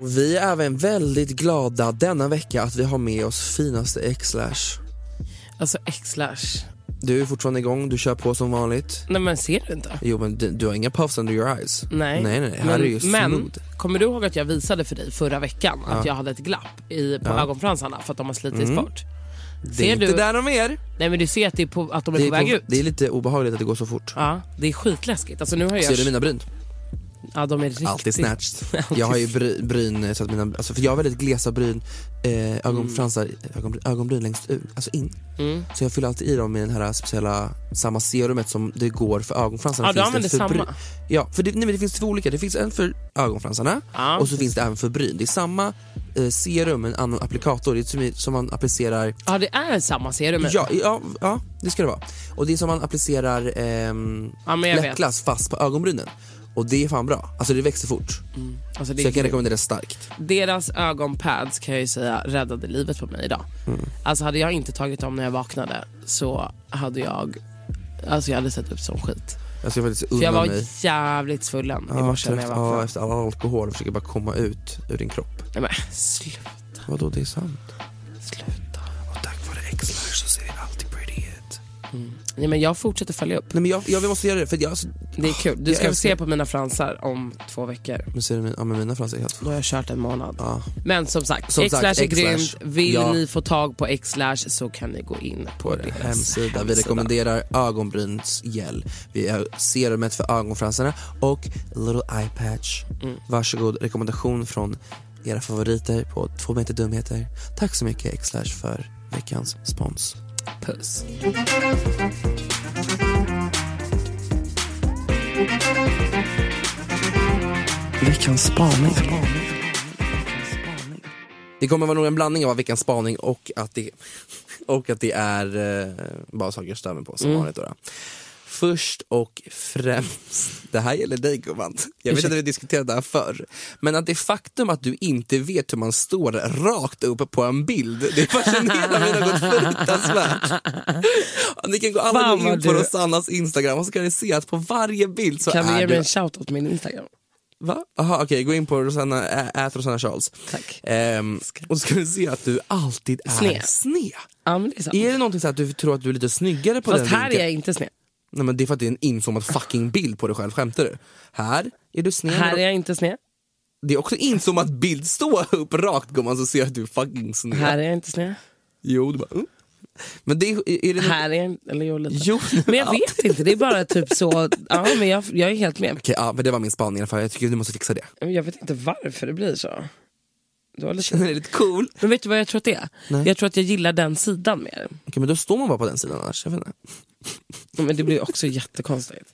C: Och vi är även väldigt glada denna vecka att vi har med oss finaste X-Lash.
B: Alltså X-Lash.
C: Du är fortfarande igång, du kör på som vanligt.
B: Nej men ser du inte?
C: Jo men du, du har inga puffs under your eyes.
B: Nej.
C: Nej, nej, nej. här
B: men,
C: är ju
B: men
C: smooth.
B: kommer du ihåg att jag visade för dig förra veckan att jag hade ett glapp i, på ögonfransarna för att de har slitits bort?
C: Mm. Det är
B: Ser
C: inte
B: du?
C: där de är.
B: Nej men du ser att, det är på, att de är
C: Det är,
B: på väg
C: på,
B: ut?
C: det är lite obehagligt att det går så fort.
B: Ja, det är skitläskigt. Alltså nu har jag...
C: Ser du mina bryn?
B: Ja, de är riktigt...
C: Alltid
B: [LAUGHS]
C: snatched. Jag har ju bry, bryn eh, så att mina, alltså, för jag har väldigt glesa bryn, eh,
B: Mm.
C: ögonfransar, ögonbryn, ögonbryn längst ut, alltså in. Så jag fyller alltid i dem med den här speciella, samma serumet som det går för ögonfransarna.
B: Ja, du
C: Finns det för
B: använder samma.
C: bryn- Ja, för det, nej, men det finns två olika. Det finns en för ögonfransarna
B: Ja.
C: och så finns det även för bryn. Det är samma eh, serum men en annan applikator. Det är som, som man applicerar
B: Ja, det är samma serum.
C: Ja, ja, ja, det ska det vara. Och det är som man applicerar ehm,
B: Ja, men jag vet.
C: läppglass fast på ögonbrynen. Och det är fan bra. Alltså det växer fort.
B: Alltså,
C: Så jag kan
B: det,
C: rekommendera det starkt.
B: deras ögonpads kan jag ju säga räddade livet på mig idag.
C: Mm.
B: Alltså hade jag inte tagit dem när jag vaknade så hade jag... Alltså jag hade sett ut som skit.
C: Jag ska faktiskt
B: För jag
C: unna
B: var
C: mig.
B: jävligt svullen i
C: Ja,
B: morse när jag
C: trött. Ja,
B: vaknade.
C: efter all alkohol och försöker bara komma ut ur din kropp.
B: Nej, men sluta.
C: Vadå, det är sant? Sluta. Och tack vare X-Lash så ser det alltid pretty ut.
B: Nej, men jag fortsätter följa upp.
C: Nej men jag, jag vi måste göra det för att jag...
B: Det är kul. Du
C: Jag
B: ska få
C: älskar-
B: se på mina fransar om två veckor.
C: Men ser du min, ja, men mina fransar är helt...
B: Då har jag kört en månad.
C: Ja.
B: Men som sagt,
C: Som
B: Xlash
C: sagt,
B: är
C: Xlash.
B: grymt. Vill
C: Ja.
B: ni få tag på Xlash så kan ni gå in på deras
C: Hemsida. Vi rekommenderar ögonbrynsgel. Vi har serumet för ögonfransarna och little eye patch.
B: Mm.
C: Varsågod, rekommendation från era favoriter på Två meter dumheter. Tack så mycket X-Lash för veckans spons.
B: Puss.
C: Veckans spaning. Det kommer vara nog en blandning av veckans spaning och att det, och att det är eh, bara saker jag stör mig på som
B: Mm.
C: vanligt. Då, då. Först och främst, det här gäller dig gumman. Jag vet att vi har diskuterat det här förr. Men att det faktum att du inte vet hur man står rakt upp på en bild, det fascinerar mig något fruktansvärt. Ni kan gå alla
B: Fan,
C: gå in
B: vad
C: på
B: du-
C: Rosannas Instagram och så kan ni se att på varje bild så
B: Kan du
C: är
B: ge
C: du
B: mig en shoutout på min Instagram?
C: Va? Aha, okej, gå in på Rosanna, ä- ät Rosanna Charles.
B: Tack.
C: Ehm, och så ska du se att du alltid är
B: Sned.
C: sned.
B: Ja, men det är sant.
C: Är det någonting så att du tror att du är lite snyggare på
B: Fast
C: den
B: här är
C: vinkeln?
B: jag inte sned.
C: Nej men det är för att det är en inzoomad fucking bild på dig själv, skämtar du? Här är du sned,
B: Här
C: men
B: är jag inte sned.
C: det är också inzoomad bild. Stå upp rakt gumman så ser jag att du är fucking sned.
B: Här är jag inte sned.
C: Jo, du bara... Mm. Men det är, är det något-
B: Här är jag inte... Eller jo, lite.
C: Jo,
B: Men jag vet inte, det är bara typ så... Ja, men jag, jag är helt med.
C: Okej, ja, men det var min spaning i alla fall. Jag tycker du måste fixa det. [LAUGHS]
B: Men Jag vet inte varför det blir så. Du har
C: Den
B: lite...
C: är lite cool.
B: Men vet du vad jag tror att det är? Jag tror att jag gillar den sidan mer.
C: Okej, men då står man bara på den sidan annars. Jag vet inte.
B: Men det blir också jättekonstigt.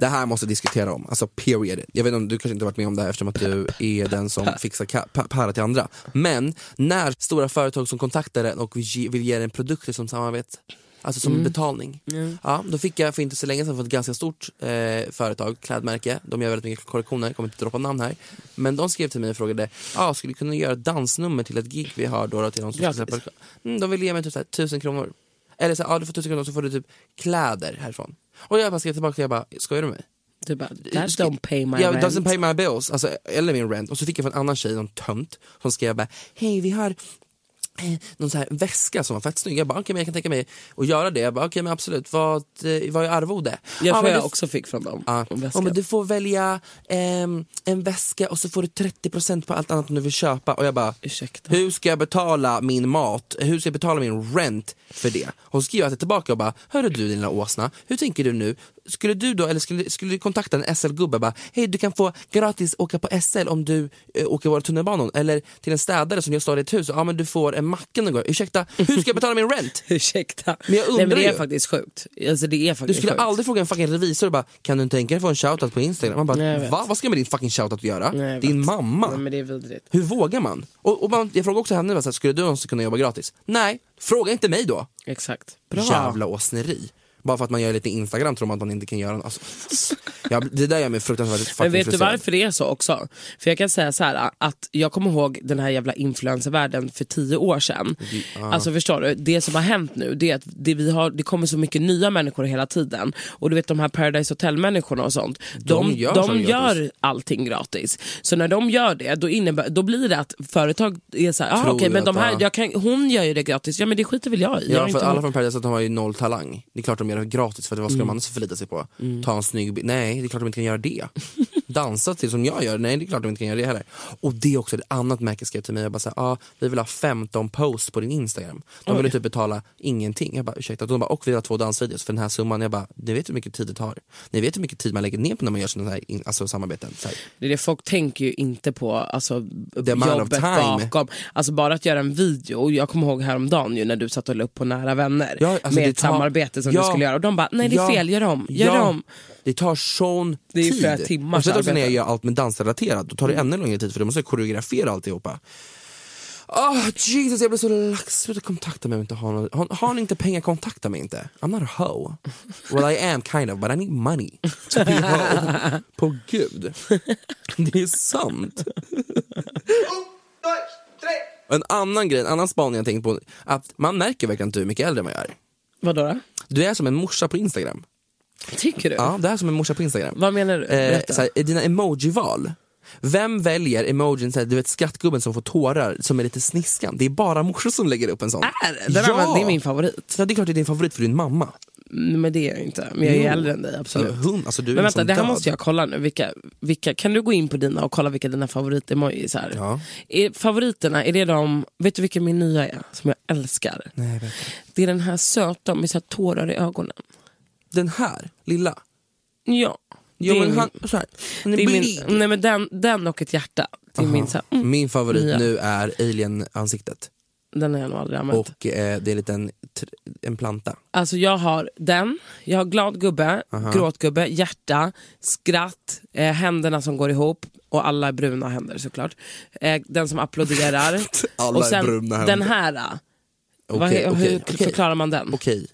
C: Det här måste vi diskutera om, alltså period. Jag vet inte om du kanske inte varit med om det här eftersom att du är den som fixar ka- pa- para till andra. Men när stora företag som kontaktar en och vill ge- vill ge en produkter som samarbete, Alltså som
B: Mm.
C: betalning.
B: Mm.
C: Ja, då fick jag för inte så länge sedan från ett ganska stort eh, företag, klädmärke, de gör väldigt mycket kollektioner, kommer inte droppa namn här. Men de skrev till mig och frågade, ah, skulle du kunna göra ett dansnummer till ett gig vi har då, då till de som ska
B: Gratis.
C: släppa mm, De ville ge mig typ så här, 1000 kronor. Eller så här, ah, du får 1000 kronor så får du typ kläder härifrån. Och jag bara skrev tillbaka, jag bara, skojar du med mig?
B: Du bara, that don't pay my
C: yeah,
B: rent.
C: doesn't pay my bills, alltså, eller min rent. Och så fick jag från en annan tjej, någon tönt, som skrev bara, hej vi har eh, någon så här väska som var fett snygg. Jag bara, okej men jag kan tänka mig att göra det. Jag bara, okej men absolut, vad, eh, vad är arvode?
G: Jag
C: "Ja,
G: tror
C: men
G: jag
C: du-
G: också fick från dem.
C: Ja.
G: Om
C: Ja,
G: väskan.
C: men
B: [LAUGHS]
C: du får välja ehm, en väska och så får du 30% på allt annat du vill köpa. Och jag bara,
B: Ursäkta.
C: hur ska jag betala min mat, hur ska jag betala min rent för det? Hon skriver till tillbaka och bara, hörru du din lilla åsna, hur tänker du nu? Skulle du då, eller skulle, skulle du kontakta en SL-gubbe och bara, hej du kan få gratis åka på SL om du eh, åker våra tunnelbanor. Eller till en städare som gör stadigt ett hus, ja men du får en macka någon gång. Ursäkta, hur ska jag betala min rent?
G: Ursäkta.
C: Men jag undrar
G: Nej, men det är
C: ju.
G: faktiskt sjukt. Alltså, det är
C: Du
G: faktiskt
C: skulle
G: sjukt.
C: aldrig fråga en fucking revisor och bara, kan du tänka dig få en shoutout på Instagram? Man
G: Nej, jag
C: bara,
G: vet.
C: Va? Vad ska jag med din fucking shoutout att göra?
G: Nej, jag
C: din
G: vet.
C: mamma?
G: Nej, men det är vidrigt.
C: Hur vågar man? Och, och man jag frågade också henne, bara så här, skulle du någonsin kunna jobba gratis? Nej, fråga inte mig då.
G: Exakt.
B: Bra.
C: Jävla åsneri. Bara för att man gör lite Instagram tror man att man inte kan göra något. Alltså, ja, det där gör mig fruktansvärt fucking
B: Men vet du
C: frustrerad.
B: varför det är så också? För jag kan säga så här att jag kommer ihåg den här jävla influencervärlden för tio år sedan.
C: ah.
B: Alltså förstår du, det som har hänt nu det är att det, vi har, det kommer så mycket nya människor hela tiden. Och du vet de här Paradise Hotel människorna och sånt. De,
C: De
B: de
C: gör
B: gör,
C: sånt gratis.
B: allting gratis. Så när de gör det då, innebär, då blir det att företag är så här, ah,
C: Tror
B: okej men
C: att,
B: de här,
C: ah.
B: jag kan, hon gör ju det gratis, ja men det skiter väl jag i. jag
C: Ja,
B: har
C: för
B: inte
C: alla
B: någon-
C: från Paradise att de har ju noll talang. Det är klart de gör det gratis, för att vad ska de
B: Mm.
C: annars förlita sig på?
B: Mm.
C: Ta en snygg bild? Nej, det är klart de inte kan göra
B: [LAUGHS]
C: det. Dansa till som jag gör? Nej, det är klart de inte kan göra det heller. Och det är också ett annat märke skrev till mig, jag bara såhär, ah, vi vill ha 15 posts på din Instagram. De ville
B: Oj.
C: typ betala ingenting. Jag bara, ursäkta. De bara, och vi vill ha två dansvideos för den här summan. Jag bara, ni vet hur mycket tid det tar. Ni vet hur mycket tid man lägger ner på när man gör sådana här in- alltså, samarbeten. Så här.
B: Det är det, folk tänker ju inte på alltså,
C: The amount of
B: jobbet
C: time.
B: bakom. Alltså bara att göra en video, jag kommer ihåg häromdagen ju när du satt och la upp på nära vänner
C: Ja, alltså,
B: med
C: det
B: ett
C: tar-
B: samarbete som
C: Ja.
B: du skulle göra och de bara, nej det är
C: Ja.
B: fel, gör om, gör
C: Ja.
B: om.
C: Det tar sån
B: Det är ju
C: tid.
B: flera timmars
C: och sen också när jag
B: arbete. Mm.
C: gör allt med dansrelaterat, då tar det ännu längre tid för då måste jag koreografera alltihopa. Oh, Jesus, jag blir så lax. Sluta kontakta mig om jag inte har något. Har, har ni inte pengar, kontakta mig inte. I'm not a hoe. Well I am kind of, but I need money to be a
B: [LAUGHS]
C: hoe. På gud. Det är sant. En annan grej, en annan spaning jag tänkt på, att man märker verkligen inte hur mycket äldre man är.
B: Vadå då?
C: Du är som en morsa på Instagram.
B: Tycker du?
C: Ja, det är som en morsa på Instagram.
B: Vad menar du?
C: Eh,
B: Berätta.
C: såhär, dina emoji-val. Vem väljer emojin, såhär, du vet skrattgubben som får tårar som är lite sniskan? Det är bara morsor som lägger upp en sån.
B: Är det? Den annan- det är min favorit.
C: Ja, det är klart det är din favorit för din mamma.
B: Mm, Men det är jag inte, men jag är
C: Jo.
B: äldre än dig absolut.
C: Eller Hon, alltså, du är
B: men
C: en
B: vänta,
C: sån
B: det här
C: död.
B: måste jag kolla nu. Vilka, vilka, kan du gå in på dina och kolla vilka dina favorit-emojis är?
C: Ja.
B: är? Favoriterna, är det de, vet du vilken min nya är som jag älskar?
C: Nej, jag vet inte.
B: Det är den här söta med så här tårar i ögonen.
C: Den här, lilla.
B: Ja.
C: Jo,
B: det är
C: men
B: min-
C: han, så här, han är
B: det är
C: blyg.
B: min, nej, men den, den och ett hjärta. Det är min, så här, mm,
C: Min favorit
B: Nya.
C: nu är alien-ansiktet.
B: den har jag nog aldrig använt.
C: Och eh, det är en liten tr- en planta.
B: Alltså jag har den, jag har glad gubbe,
C: Aha.
B: gråtgubbe, hjärta, skratt, eh, händerna som går ihop och alla är bruna händer såklart. Eh, den som applåderar.
C: [LAUGHS] Alla
B: och
C: är
B: sen
C: bruna händer.
B: Den här, eh,
C: Okej,
B: vad, he- hur
C: okej, okej.
B: förklarar man den?
C: Okej,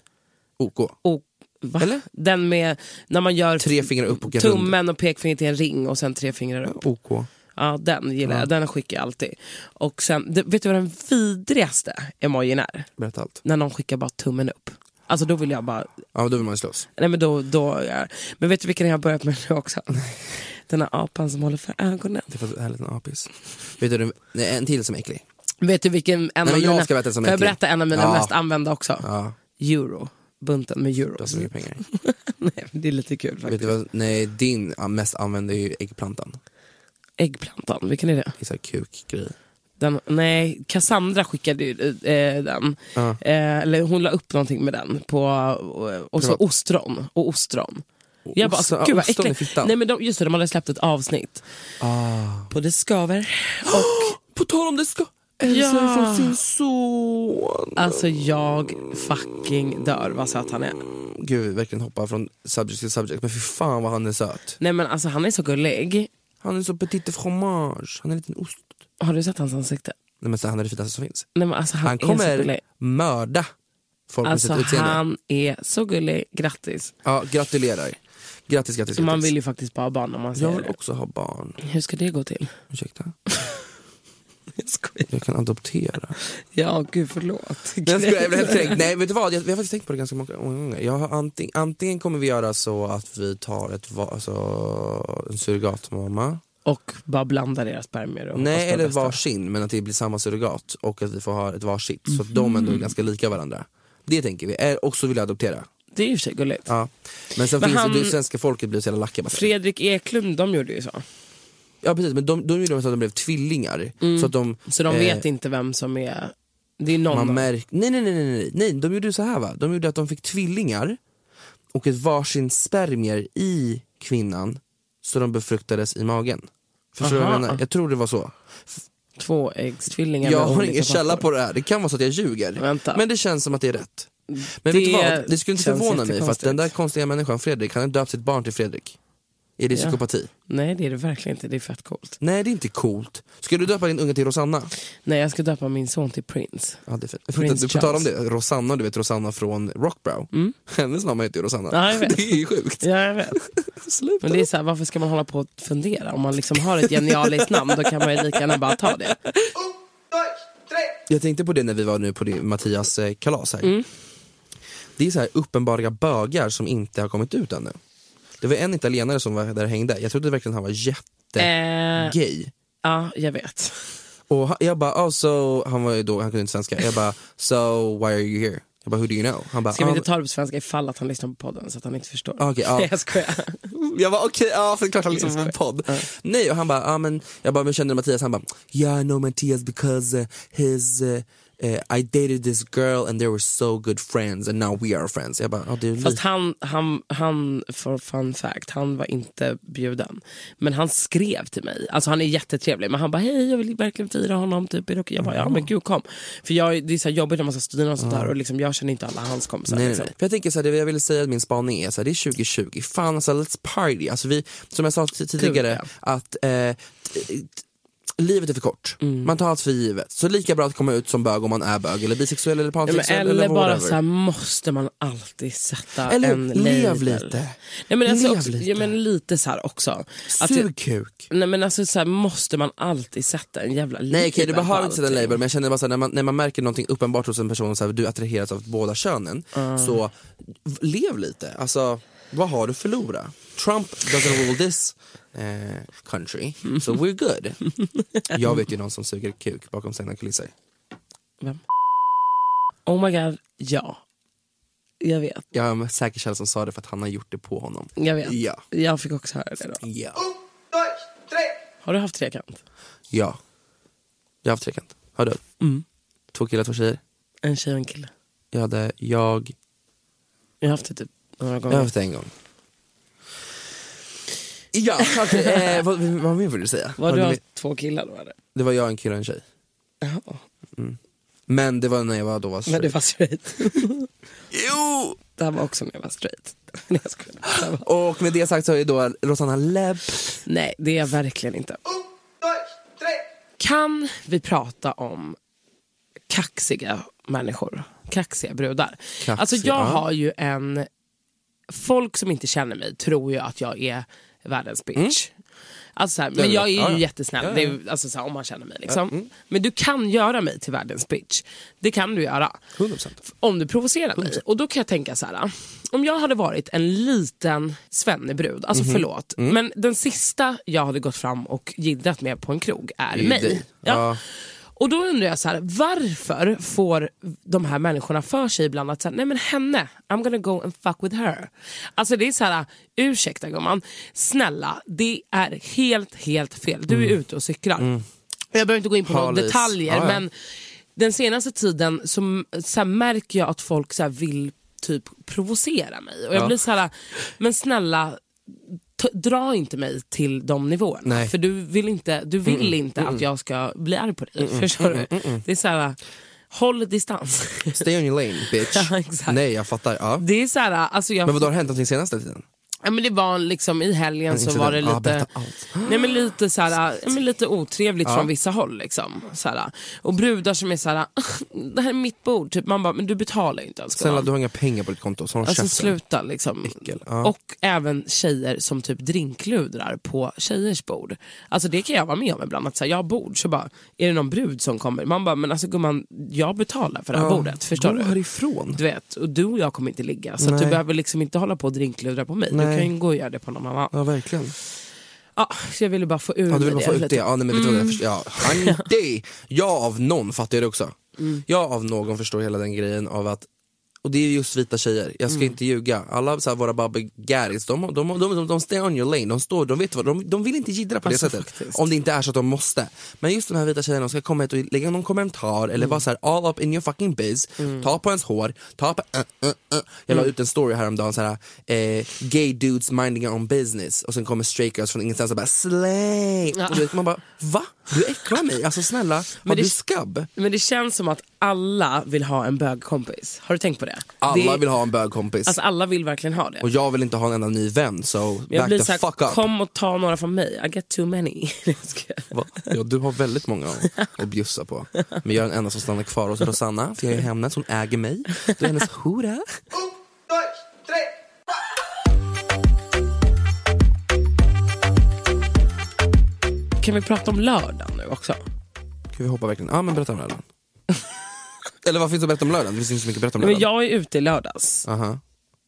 C: OK.
B: Och, va?
C: Eller?
B: Den med när man gör
C: Tre fingrar upp och en rund.
B: tummen och pekfingret i en ring och sen tre fingrar upp.
C: OK.
B: Ja, den gillar jag. Den skickar jag alltid. Och sen, det- vet du vad den vidrigaste emojin är?
C: Berätta allt.
B: När någon skickar bara tummen upp. Alltså då vill jag bara,
C: Ja, då vill man ju slåss.
B: nej men då, då jag. Men vet du vilken jag har börjat med nu också? [LAUGHS] Den här apan som håller för ögonen.
C: Det är för att det är en liten apis. Vet du, nej, en till som är äcklig.
B: Vet du vilken, en
C: Nej,
B: av
C: men jag
B: mina,
C: ska berätta som
B: får jag
C: äcklig.
B: berätta en av mina
C: Ja.
B: mest använda också?
C: Ja,
B: Euro, bunten med
C: du har
B: euros.
C: så mycket pengar.
B: [LAUGHS] nej, men det är lite kul
C: Vet du
B: faktiskt.
C: vad, nej, din ja, mest använda är ju äggplantan.
B: Äggplantan, vilken är det?
C: Det är så här kukgrej.
B: Den, nej, Cassandra skickade ju eh, den.
C: Ja.
B: Eh, eller hon la upp någonting med den. På, eh, och, och så
C: Privat.
B: ostron. Och ostron. Jag bara, alltså,
C: ostron-
B: gud vad
C: ostron i
B: äckligt.
C: fittan. Ah.
B: Nej, men de, just det, de hade släppt ett avsnitt. På Det skaver. Och,
C: På tal om det ska... Elsa
B: Ja.
C: från sin son. Ah.
B: alltså jag fucking dör vad söt han är.
C: Gud, vi verkligen hoppar från subject till subject. Men fy fan vad han är söt.
B: Nej men alltså han är så gullig.
C: Han är så petit et fromage. Han är en liten ost.
B: Har du sett hans ansikte?
C: Nej, men så, han är det finaste som finns.
B: Nej, men alltså, han,
C: Han
B: är så gullig.
C: kommer mörda folk
B: Alltså
C: med sitt utseende.
B: han är så gullig, grattis.
C: Ja, gratulerar. Grattis, grattis,
B: Man
C: grattis.
B: vill ju faktiskt bara ha barn om man
C: Jag
B: säger
C: vill
B: det.
C: också ha barn.
B: Hur ska det gå till?
C: Ursäkta? [LAUGHS] Jag kan adoptera.
B: Ja, gud förlåt.
C: Nej, jag skojar, jag blev helt
B: [LAUGHS]
C: kränkt. Nej, vet du vad? Jag, vi har faktiskt tänkt på det ganska många många gånger. Jag har anting, antingen kommer vi göra så att vi tar ett, va- alltså, en surrogatmamma.
B: Och bara blanda deras spermier. och hoppas på
C: Nej,
B: det
C: eller
B: bästa.
C: varsin, men att det blir samma surrogat och att vi får ha ett varsitt. Så att
B: Mhm.
C: de ändå är ganska lika varandra. Det tänker vi. Eh, Och så vill jag adoptera.
B: Det är ju i och för sig gulligt.
C: Ja. Men sen
B: Men
C: finns
B: han-
C: det, det svenska folket blir så jävla lacka. bara så här.
B: Fredrik Eklund, de gjorde ju så.
C: Ja precis, men de, de gjorde så att de blev tvillingar.
B: Mm.
C: Så att de,
B: Så de
C: eh,
B: vet inte vem som är... Det är någon
C: man
B: av-
C: märk- nej, nej, nej, nej, nej, nej, de gjorde ju så här va. De gjorde att de fick tvillingar och ett varsin spermier i kvinnan så de befruktades i magen. Förstår du vad jag
B: Aha.
C: menar? Jag tror det var så.
B: tvåäggstvillingar
C: Jag
B: med
C: har
B: olika
C: ingen källa
B: pappor.
C: på det här, det kan vara så att jag ljuger.
B: Vänta.
C: Men det känns som att det är rätt. Men
B: Det
C: vet du vad, det skulle inte
B: känns
C: förvåna mig för att
B: jättekonstigt.
C: den där konstiga människan Fredrik, han har döpt sitt barn till Fredrik. Är det
B: Ja.
C: psykopati?
B: Nej det är det verkligen inte, det är fett coolt.
C: Nej det är inte coolt. Ska du döpa din unge till Rosanna?
B: Nej jag ska döpa min son till Prince.
C: Ja, det är fint.
B: Prince
C: du, på tal om det,
B: Charles. Mm.
C: Rosanna, du vet Rosanna från Rockbrow. [LAUGHS] Hennes mamma heter ju Rosanna.
B: Ja, jag
C: [LAUGHS]
B: vet.
C: det är ju sjukt.
B: Ja jag vet. Men det är så här, varför ska man hålla på och fundera? Om man liksom har ett genialiskt namn då kan man ju lika gärna bara ta det.
C: Jag tänkte på det när vi var nu på det, Mattias eh, kalas här.
B: Mm.
C: Det är så här uppenbara bögar som inte har kommit ut ännu. Det var en italienare som var där och hängde, jag trodde verkligen han var
B: Eh.
C: jättegay.
B: Ja jag vet.
C: Och han, jag bara, oh, so, han var ju då, han kunde inte svenska, jag bara, so why are you here? Jag bara, who do you know? Han bara,
B: Ska vi
C: "Ah,
B: inte ta det på svenska ifall att han lyssnar på podden så att han inte förstår?
C: Okej, ja.
B: Nej, [LAUGHS] Jag skojar.
C: Jag bara okej, ja för det är klart han lyssnar på en podd. Nej och han bara, ja men, jag bara, men känner du Mattias? Han bara, yeah I know Mattias because uh, his, uh, uh, I dated this girl and they were so good friends and now we are friends. Jag bara, ja du är
B: Fast
C: li-
B: han, han, han, for fun fact, han var inte bjuden. Men han skrev till mig, alltså han är jättetrevlig, men han bara hej jag vill verkligen fira honom. Typ. i Rock." Jag bara ja men gud kom. För jag, det är så här jobbigt när man ska studera och sånt där och liksom, jag känner inte alla hans kompisar.
C: Nej, nej,
B: liksom.
C: nej. För jag tänker så här, det jag ville säga att min spaning är så här, det är 2020, fan alltså let's party. Alltså vi, som jag sa t- tidigare, att eh, t- t- livet är för kort.
B: Mm.
C: Man tar allt för givet. Så lika bra att komma ut som bög om man är bög eller bisexuell eller
B: Ja, men,
C: pansexuell
B: eller,
C: eller
B: bara
C: whatever.
B: så här, måste man alltid sätta
C: Eller
B: en
C: lev
B: label?
C: lite.
B: Nej, men alltså,
C: Lev
B: också,
C: lite.
B: Ja, men lite så här också. Att det-
C: Sug kuk.
B: Nej men alltså så här, måste man alltid sätta en jävla label
C: Nej okej du
B: på
C: behöver inte sätta en
B: allting?
C: label men jag känner bara såhär, när, man, när man märker någonting uppenbart hos en person, så här, du attraheras av båda könen, så v- lev lite. Alltså vad har du att förlora? Trump doesn't rule this eh, country, so we're good. jag vet ju någon som suger kuk bakom sina kulisser.
B: Oh my god, ja. Jag vet.
C: Jag har en säker källa som sa det för att han har gjort det på honom.
B: Jag vet.
C: Ja.
B: Jag fick också höra det då.
C: Ja.
B: Har du haft trekant?
C: ja. Jag har haft trekant. Har du?
B: Mm.
C: Två killar, två tjejer.
B: En tjej och en kille.
C: Jag hade jag,
B: Jag har haft det typ några
C: jag
B: gånger.
C: har haft det en gång. Ja, [LAUGHS] okej, eh, vad, vad mer vill du säga?
B: Var
C: Har
B: du
C: du
B: har
C: mer-
B: haft två killar då eller?
C: Det var jag, en kille och en tjej.
B: Jaha.
C: Men det var när jag var, då var
B: Men
C: straight.
B: du var straight. [LAUGHS]
C: jo!
B: Det här var också när jag var straight. [LAUGHS] Nej, jag skojar. Det här var...
C: Och med det sagt så är då Rosanna Leb.
B: Nej, det är jag verkligen inte. Kan vi prata om kaxiga människor? Kaxiga brudar.
C: Kaxiga,
B: Alltså jag
C: ja.
B: har ju en... Folk som inte känner mig tror ju att jag är världens bitch. Alltså så här, men
C: vet.
B: jag är ju
C: Mm. Ja, ja.
B: jättesnäll,
C: Ja, ja. mm.
B: Det är, alltså så här, om man känner mig. Liksom. Men du kan göra mig till världens bitch. Det kan du göra.
C: 100%.
B: Om du provocerar mig. Och då kan jag tänka så här. Om jag hade varit en liten svennebrud,
C: Mhm.
B: alltså förlåt.
C: Mm.
B: Men den sista jag hade gått fram och gidrat med på en krog är
C: Det är ju
B: mig.
C: dig.
B: Ja.
C: Ja.
B: Och då undrar jag så här, varför får de här människorna för sig ibland att så här, nej men henne, I'm gonna go and fuck with her. Alltså det är så här, ursäkta gumman, snälla det är helt helt fel. Du är ute och cyklar. Jag behöver inte gå in på några
C: Harleys.
B: detaljer
C: Mm. Ja, ja.
B: men den senaste tiden så, så här, märker jag att folk så här, vill typ provocera mig. Och jag
C: Ja.
B: blir så här, men snälla t- dra inte mig till de nivåerna.
C: Nej.
B: För du vill inte, du vill inte att jag ska bli arg på dig. Förstår du? Det är så här,
C: [LAUGHS]
B: håll distans. [LAUGHS]
C: Stay on your lane bitch.
B: Ja, exakt.
C: Nej jag fattar. Ja.
B: Det är så här, alltså jag,
C: Men vad har hänt någonting senaste tiden?
B: Ja, men det var liksom i helgen
C: Men
B: så
C: inte
B: var det
C: den
B: lite,
C: arbetar allt.
B: nej, men lite,
C: [GASPS]
B: så här, ja, men lite otrevligt
C: Ja.
B: från vissa håll. Liksom, så här. Och brudar som är så här, [LAUGHS] det här är mitt bord. Typ. Man bara, men du betalar ju inte ens.
C: Snälla
B: gumman."
C: du har inga pengar på ditt konto, så håll
B: Alltså
C: käften.
B: sluta liksom.
C: ja.
B: Och även tjejer som typ drinkludrar på tjejers bord. Alltså det kan jag vara med om ibland, att så här, jag har bord så bara, är det någon brud som kommer? Man bara, men alltså gumman, jag betalar för det här
C: Ja,
B: bordet, förstår
C: gå
B: du?
C: härifrån.
B: Du vet, och du och jag kommer inte ligga, så att du
C: Nej.
B: behöver liksom inte hålla på och drinkludra på mig. Du
C: Nej.
B: kan ju gå och göra det på någon annan.
C: Ja verkligen.
B: Ja, så jag ville bara få ur
C: Ja, du
B: mig
C: vill bara få ut det.
B: lite.
C: Ja, nej, men vet du vad
B: Mm.
C: jag förstår? Ja,
B: [LAUGHS]
C: han- det. Jag av någon fattar ju det också.
B: Mm.
C: Jag av någon förstår hela den grejen av att och det är just vita tjejer, jag ska
B: Mm.
C: inte ljuga. Alla så här, våra babbegäris, de, de, de, de, de stay on your lane, de står, de vet vad, de, de vill inte jiddra på
B: Alltså,
C: det sättet.
B: faktiskt.
C: Om det inte är så att de måste. Men just de här vita tjejerna, de ska komma hit och lägga någon kommentar eller vara så här all up in your fucking biz, ta på ens hår, ta på... Uh, uh, uh. Jag la
B: Mm.
C: ut en story häromdagen, så här, eh, gay dudes minding their own business och sen kommer straight girls från ingenstans och bara slay.
B: Ja.
C: Och du vet, man bara, va? Du äcklar mig, alltså snälla, har
B: det-
C: du skabb?
B: Men det känns som att alla vill ha en bögkompis. Har du tänkt på det?
C: Alla
B: det,
C: vill ha en bögkompis.
B: Alltså alla vill verkligen ha det.
C: Och jag vill inte ha en enda ny vän, so
B: Men jag
C: back
B: blir
C: the
B: så här,
C: fuck up.
B: kom och ta några från mig, I get too many. [LAUGHS]
C: Va? Ja, du har väldigt många att- att bjussa på. Men jag är den enda som stannar kvar hos Rosanna, för jag är Hemnet, hon äger mig. Du är hennes hora.
B: kan vi prata om lördagen nu också?
C: Kan vi hoppa verkligen? Ja, men berätta om
B: [LAUGHS]
C: lördagen. Eller vad finns det att berätta om lördagen? Det finns inte så mycket att berätta om
B: Nej, men
C: lördagen.
B: jag är ute i lördags.
C: Aha.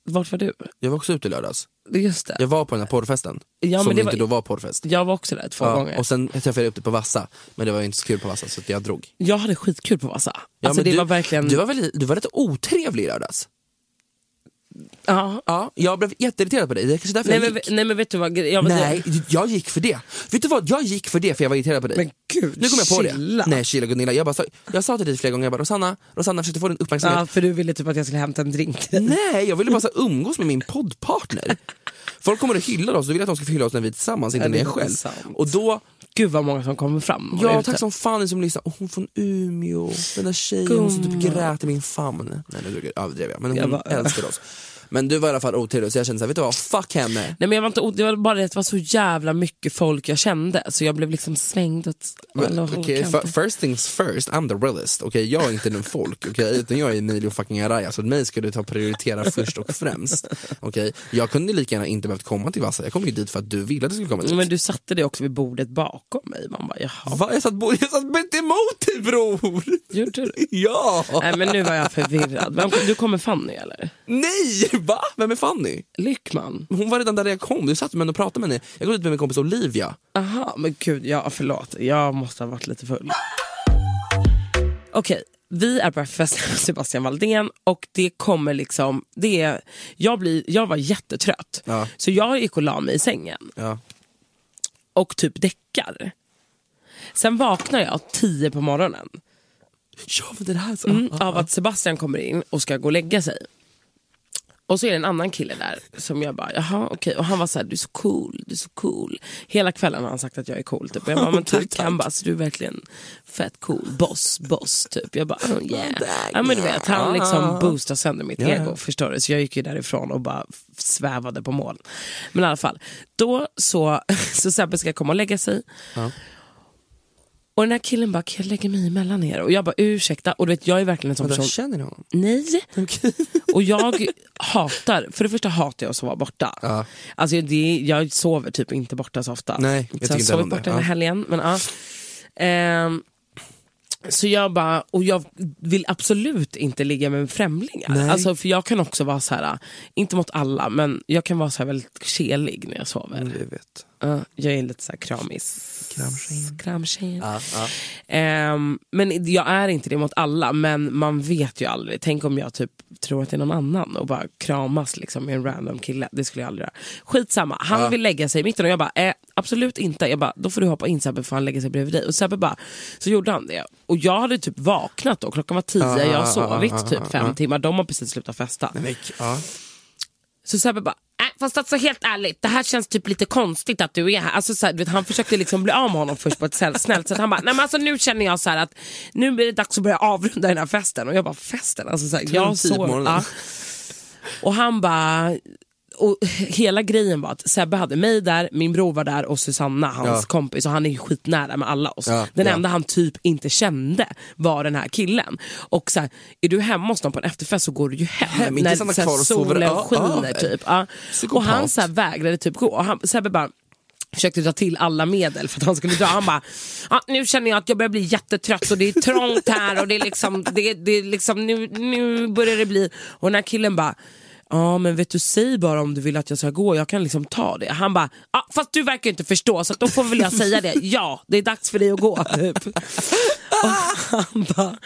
B: Vart var du?
C: Jag var också ute i lördags.
B: Just det.
C: Jag var på den här porrfesten,
B: Ja, men
C: som
B: det
C: inte
B: var-
C: då var porrfest.
B: Jag var också där två
C: Ja,
B: gånger.
C: Och sen träffade jag upp dig på Vassa, men det var ju inte så kul på Vassa så att jag drog.
B: Jag hade skitkul på Vasa.
C: Ja,
B: alltså,
C: men
B: det
C: du,
B: var verkligen...
C: du, var väldigt, du var rätt otrevlig i lördags.
B: Ja.
C: Ja, jag blev jätteirriterad på dig, det är kanske därför
B: nej,
C: Alltså, jag
B: men,
C: gick.
B: nej men vet du vad, jag,
C: Nej, jag gick för det. Vet du vad, jag gick för det för jag var irriterad på dig.
B: Men gud,
C: nu kom jag på
B: chilla.
C: det. Nej, chilla Gunilla. Jag, bara, sa- jag sa till dig flera gånger, jag bara, Rosanna, Rosanna försökte få din uppmärksamhet.
B: Ja, för du ville typ att jag skulle hämta en drink till dig.
C: Nej, jag ville bara så här umgås med min poddpartner. Folk kommer att hylla oss, du vill att de ska hylla oss när vi är tillsammans, inte
B: Ja,
C: när
B: det
C: jag är
B: är
C: själv.
B: sant.
C: Och då,
B: Gud vad många som kommer fram. och är
C: ja
B: ute.
C: tack som fan ni som lyssnar, och hon från Umeå, den där tjejen hon som typ
B: Gumman.
C: grät i min famn. Nej nu duger- överdrev jag, men hon
B: Jag bara- äh.
C: älskar oss. Men du var i alla fall otrevlig så jag kände såhär, vet du vad, fuck henne.
B: Nej, men jag var inte, o- det var bara det att det var så jävla mycket folk jag kände så jag blev liksom svängd åt
C: Men,
B: alla håll och
C: okay,
B: kanter.
C: f- first things first, I'm the realist. Okay? Jag är inte den folk, okay? utan jag är Emilio fucking Araya. Så mig ska du ta och prioritera först och främst. Okay? Jag kunde lika gärna inte behövt komma till Vassa, jag kom ju dit för att du ville att du skulle komma dit.
B: Men du satte dig också vid bordet bakom mig. Man bara, jaha.
C: Va? Jag satt, bo- jag satt mitt emot dig bror!
B: Gjorde du?
C: Ja!
B: Nej men nu var jag förvirrad. Vem, du kommer Fanny eller?
C: Nej! Va? Vem är Fanny?
B: Lyckman?
C: Hon var redan där jag kom, du satt med henne och pratade med henne. Jag går ut med min kompis Olivia.
B: Aha, men gud, ja, förlåt. Jag måste ha varit lite full. Okej, vi är på festen med Sebastian Valdén och det kommer liksom... Det är, jag, blir, jag var jättetrött,
C: Ja.
B: så jag gick och la mig i sängen
C: Ja.
B: och typ däckar. Sen vaknar jag tio på morgonen
C: Ja men det här så.
B: mm, av att Sebastian kommer in och ska gå och lägga sig. Och så är det en annan kille där som jag bara, jaha okej. Och han var så här, du är så cool, du är så cool. Hela kvällen har han sagt att jag är cool. Typ.
C: [LAUGHS]
B: Och jag bara, men
C: Okej,
B: tack. Han bara, alltså, du är verkligen fett cool. Boss, boss. Typ. Jag bara, oh, yeah. Ja men du vet, han liksom boostar sönder mitt
C: Ja, ja.
B: ego. Förstår du? Så jag gick ju därifrån och bara f- svävade på moln. Men i alla fall, då så, [LAUGHS] så Sebbe ska komma och lägga sig. Och den här killen bara, kan jag lägga mig emellan er? Och jag bara, ursäkta. Och du vet, jag är verkligen en sån
C: Men
B: person.
C: jag känner honom.
B: Nej.
C: Okej. [LAUGHS]
B: Och jag hatar, för det första hatar jag att sova borta.
C: Ja.
B: Alltså det, jag sover typ inte borta så ofta.
C: Nej, jag
B: så
C: tycker
B: jag
C: inte
B: sovit
C: om det.
B: borta den här
C: Ja.
B: helgen. Men, ja. Ehm, så jag bara, och jag vill absolut inte ligga med främlingar.
C: Nej.
B: Alltså, för jag kan också vara så här, inte mot alla, men jag kan vara så här väldigt kelig när jag sover.
C: Mm, Jag vet.
B: Ja, jag är lite så här kramis.
C: Kramtjejen.
B: Kramtjejen.
C: Ja, ja.
B: Ehm, men jag är inte det mot alla, men man vet ju aldrig. Tänk om jag typ tror att det är någon annan och bara kramas liksom med en random kille. Det skulle jag aldrig göra. Skitsamma, han vill lägga sig i mitten och jag bara, eh, absolut inte. Jag bara, då får du hoppa in Sebbe för han lägger sig bredvid dig. Och Sebbe bara, så gjorde han det. Och jag hade typ vaknat då, klockan var tio,
C: Ah,
B: jag har
C: ah,
B: sovit
C: ah,
B: typ
C: ah,
B: fem
C: ah.
B: timmar, de har precis slutat festa.
C: Men, ja.
B: Så Sebbe bara, äh, fast alltså helt ärligt, det här känns typ lite konstigt att du är här. Alltså, så här du vet, han försökte liksom bli av med honom först på ett snäll- snällt sätt. Han bara, nej men alltså nu känner jag så här att nu är det dags att börja avrunda den här
C: typ
B: festen. Och jag bara, festen? Alltså, så här, jag
C: tid på
B: sov,
C: morgonen.
B: ja. Och han bara, och hela grejen var att Sebbe hade mig där, min bror var där och Susanna, hans
G: Ja.
B: kompis. Och han är ju skitnära med alla oss.
G: Ja,
B: Den
G: ja.
B: enda han typ inte kände var den här killen. Och så här, är du hemma hos någon på en efterfest så går du ju hem.
C: Hem, inte stanna
B: så här
C: kvar och sova.
B: solen
C: Ja,
B: skiner
C: ja.
B: typ. Ja. Och
C: Psykopat.
B: han så här vägrade typ gå. Och han, Sebbe bara, försökte dra till alla medel för att han skulle dra. Han bara, ah, nu känner jag att jag börjar bli jättetrött och det är trångt här och det är liksom, det, det är liksom nu, nu börjar det bli... Och den här killen bara, Ja men vet du, säg bara om du vill att jag ska gå, jag kan liksom ta det. Han bara, ah, fast du verkar inte förstå så att då får väl jag säga det. Ja, det är dags för dig att gå. Typ. Och, han bara,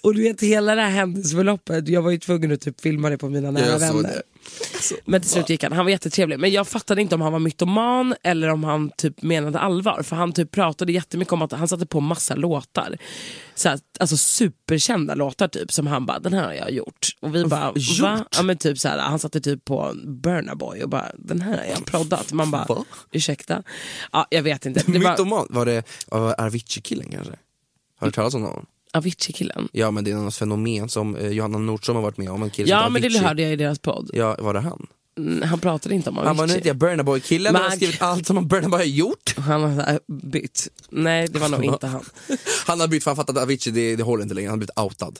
B: och du vet hela det här händelseförloppet, jag var ju tvungen att typ filma det på mina nära
G: jag såg
B: vänner.
G: det.
B: Men till slut gick han. Han var jättetrevlig. Men jag fattade inte om han var mytoman eller om han typ menade allvar. För han typ pratade jättemycket om att han satte på massa låtar. Så här, alltså superkända låtar typ som han bara, den här har jag gjort. Och vi bara, va? Ja, men typ så här, han satte typ på Burna Boy och bara, den här har jag proddat. Man bara, ursäkta? Ja, jag vet inte. Det var
C: Mytoman, var det var Avicii-killen kanske? Har du hört talas om någon?
B: Avicii-killen?
C: Ja men det är något fenomen som eh, Johanna Nordström har varit med om, en kille som
B: Ja
C: heter
B: men det
C: Avicii.
B: hörde jag i deras podd.
C: Ja, var det han?
B: Mm, Han pratade inte om Avicii.
C: Han var nu heter jag Burna Boy-killen och har
B: Mag.
C: skrivit allt som Burna Boy har gjort.
B: Han har bytt. Nej det var nog inte han.
C: [LAUGHS] han har bytt för han fattat att Avicii det, det håller inte längre, han har blivit outad.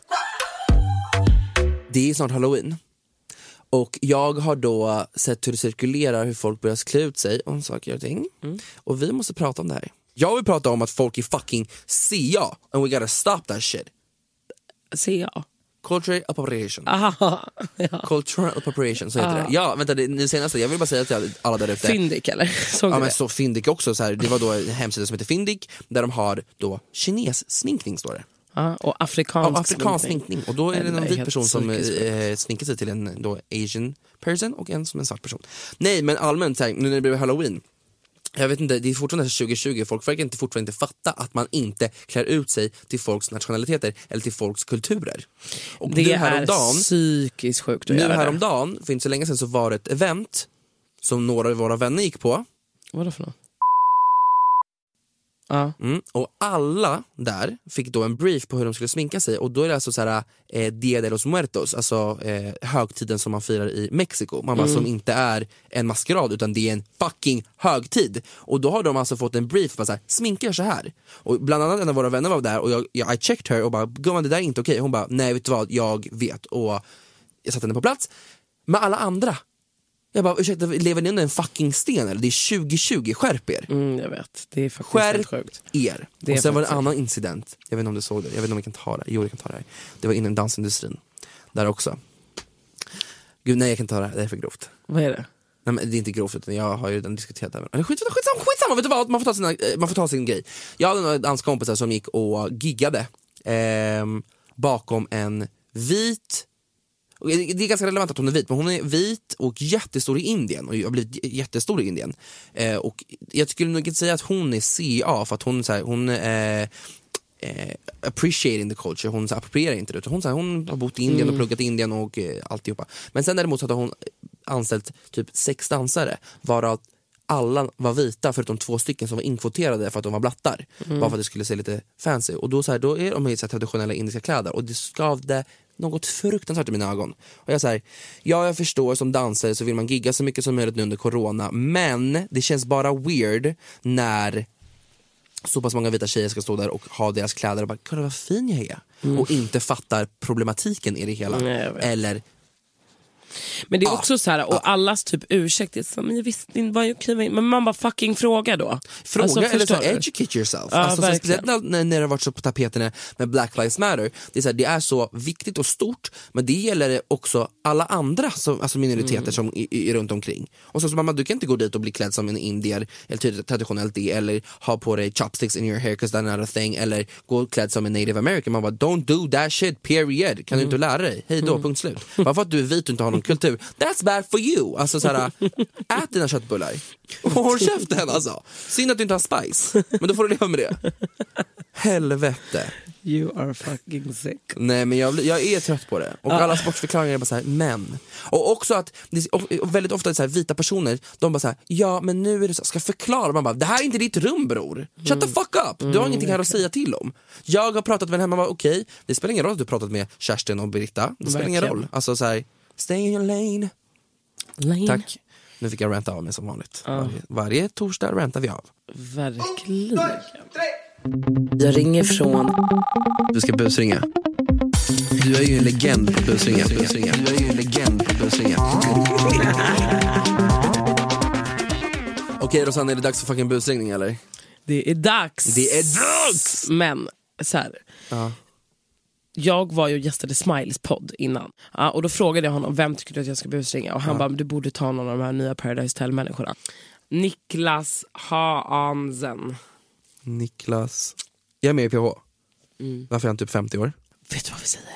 C: Det är snart halloween. Och jag har då sett hur det cirkulerar hur folk börjar klä ut sig om saker och ting. Och vi måste prata om det här. Jag vill prata om att folk är fucking CIA and we gotta stop that shit.
B: CIA?
C: Cultural appropriation.
B: Aha, [LAUGHS] ja.
C: Cultural appropriation, så heter
B: Ah.
C: det. Ja, vänta det, det senaste, jag vill bara säga till alla där ute.
B: Fyndik eller? [LAUGHS] Såg
C: ja,
B: du
C: men
B: det?
C: så Fyndik också, så här, det var då en hemsida som heter Fyndik där de har då kinessminkning står det.
B: Ja, och afrikansk,
C: Ja, afrikansk sminkning. Och då är det
B: Nej,
C: en
B: jag
C: vit
B: helt
C: person som
B: psykisk.
C: eh, sminkar sig till en då, asian person och en som en svart person. Nej men allmänt, så här, nu när det blev halloween, jag vet inte, det är fortfarande 2020, folk verkar inte, fortfarande inte fatta att man inte klär ut sig till folks nationaliteter eller till folks kulturer. Och
B: Det
C: nu
B: är
C: häromdagen-
B: psykiskt sjukt att
C: nu
B: göra det.
C: häromdagen, för inte så länge sedan, så var det ett event som några av våra vänner gick på.
B: Vadå för något?
C: Mm. Och alla där fick då en brief på hur de skulle sminka sig och då är det alltså så här, eh, Dia de los Muertos, alltså eh, högtiden som man firar i Mexiko. Man bara,
G: Mm.
C: Som inte är en maskerad utan det är en fucking högtid. Och då har de alltså fått en brief, bara så här, sminka er så här. Och bland annat en av våra vänner var där och jag, jag I checked her och bara, gumman det där är inte okej. Hon bara, nej vet du vad, jag vet. Och jag satte henne på plats med alla andra. Jag bara, ursäkta, lever ni under en fucking sten eller? Det är 2020, skärp er.
B: Mm, jag vet, det är faktiskt helt
C: Skärp
B: sjukt.
C: er.
B: Det är
C: och sen var det en
B: faktiskt-
C: annan incident, jag vet inte om du såg det, jag vet inte om vi kan ta det här. Jo, jag kan ta det här. Det var inom dansindustrin, där också. Gud nej jag kan inte ta det här, det här är för grovt.
B: Vad är det?
C: Nej men det är inte grovt utan jag har ju redan diskuterat det här. Eller skitsamma, skitsamma, skitsamma, vet du vad? Man får ta, sina, eh, man får ta sin grej. Jag hade några danskompisar som gick och giggade ehm, bakom en vit och Det det är ganska relevant att hon är vit, men hon är vit och jättestor i Indien och har blivit j- jättestor i Indien. Eh, och jag skulle nog inte säga att hon är CA för att hon, är så här, hon eh, eh, appreciating the culture, hon så här, approprierar inte det. Utan hon, så här, hon har bott i Indien och
G: Mm.
C: pluggat i Indien och eh, alltihopa. Men sen däremot så hade hon anställt typ sex dansare varav alla var vita förutom två stycken som var inkvoterade för att de var blattar.
G: Mm.
C: Bara för att det skulle se lite fancy. Och då, så här, då är de i så här, traditionella indiska kläder och det skavde något fruktansvärt i mina ögon. Och jag säger, ja jag förstår som dansare så vill man gigga så mycket som möjligt nu under corona men det känns bara weird när så pass många vita tjejer ska stå där och ha deras kläder och bara kolla vad fin jag är
B: Mm.
C: och inte fattar problematiken i det hela.
B: Nej, jag vet.
C: Eller
B: Men det är också så här, och allas typ ursäkt, det är så, men jag visste inte vad jag kliva in. Men man bara fucking fråga då.
C: Fråga
B: Alltså,
C: eller så
B: förstår
C: här,
B: du?
C: educate yourself.
B: Ja,
C: alltså, så
B: verkligen.
C: speciellt när, när- när det har varit så på tapeterna med Black Lives Matter. Det är, så här, det är så viktigt och stort men det gäller också alla andra som, alltså minoriteter
G: Mm.
C: som i, i, runt omkring. Och så, så mamma, du kan inte gå dit och bli klädd som en indier eller ty- traditionellt det eller ha på dig chopsticks in your hair 'cause that's another thing eller gå klädd som en native american. Man bara don't do that shit period. Kan du inte lära dig? Hej då,
G: Mm.
C: punkt slut. Bara för att du är vit och inte har någon kultur, that's bad for you. Alltså
G: [LAUGHS]
C: så här, ät dina köttbullar. Håll
G: Typ.
C: käften alltså. Synd att du inte har spice, men då får du leva med det. Helvete.
B: You are fucking sick.
C: Nej men jag, blir- jag är trött på det. Och
B: Ja.
C: alla sportförklaringar är bara så här, men. Och också att det, är- och- och väldigt ofta är det så här, vita personer, de bara så här, ja men nu är det så, ska förklara. Man bara, det här är inte ditt rum bror. Shut the fuck up. Du har
G: Mm,
C: ingenting här att säga till om. Jag har pratat med en hemma, bara, okej, det spelar ingen roll att du har pratat med Kerstin och Birgitta. Det spelar ingen
G: Verkligen.
C: roll. Alltså så här, stay in your lane. Tack. Nu fick jag ranta av mig som vanligt. Varje, varje torsdag rantar vi av.
B: Verkligen.
C: Jag ringer från... Du ska busringa. Du är ju en legend på busringa. busringa. Du är ju en legend på busringa. Okej Rosanna, är det dags för fucking busringning eller?
B: Det är dags.
C: Det är
B: dags! Men så här. Jag var ju och gästade Smiles podd innan Ja, och då frågade jag honom vem tycker du att jag ska busringa och han bara du borde ta någon av de här nya Paradise Hotel människorna. Niklas Haansen.
C: Niklas. Jag är med i PH. Varför är han typ 50 år?
B: Vet du vad vi säger?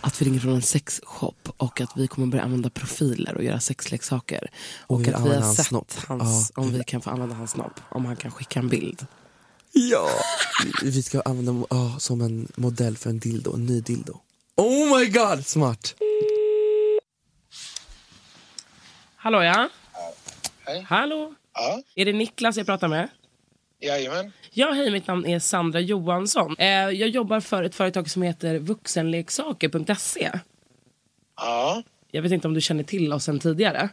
B: Att vi ringer från en sexshop och att vi kommer börja använda profiler och göra sexleksaker. Och
C: Och vi
B: att vi
C: använder
B: har
C: hans
B: sett
C: snopp.
B: hans,
C: Ja.
B: om vi kan få använda hans snopp, om han kan skicka en bild.
C: Ja. Vi ska använda dem ah, som en modell för en dildo, en ny dildo. Oh my god, smart!
B: Hallå ja?
H: Hej.
B: Hallå?
H: Ja.
B: Är det Niklas jag pratar med?
H: Jajamän.
B: Ja, hej, mitt namn är Sandra Johansson. Eh, jag jobbar för ett företag som heter vuxenleksaker.se.
H: Ja,
B: Jag vet inte om du känner till oss sen tidigare?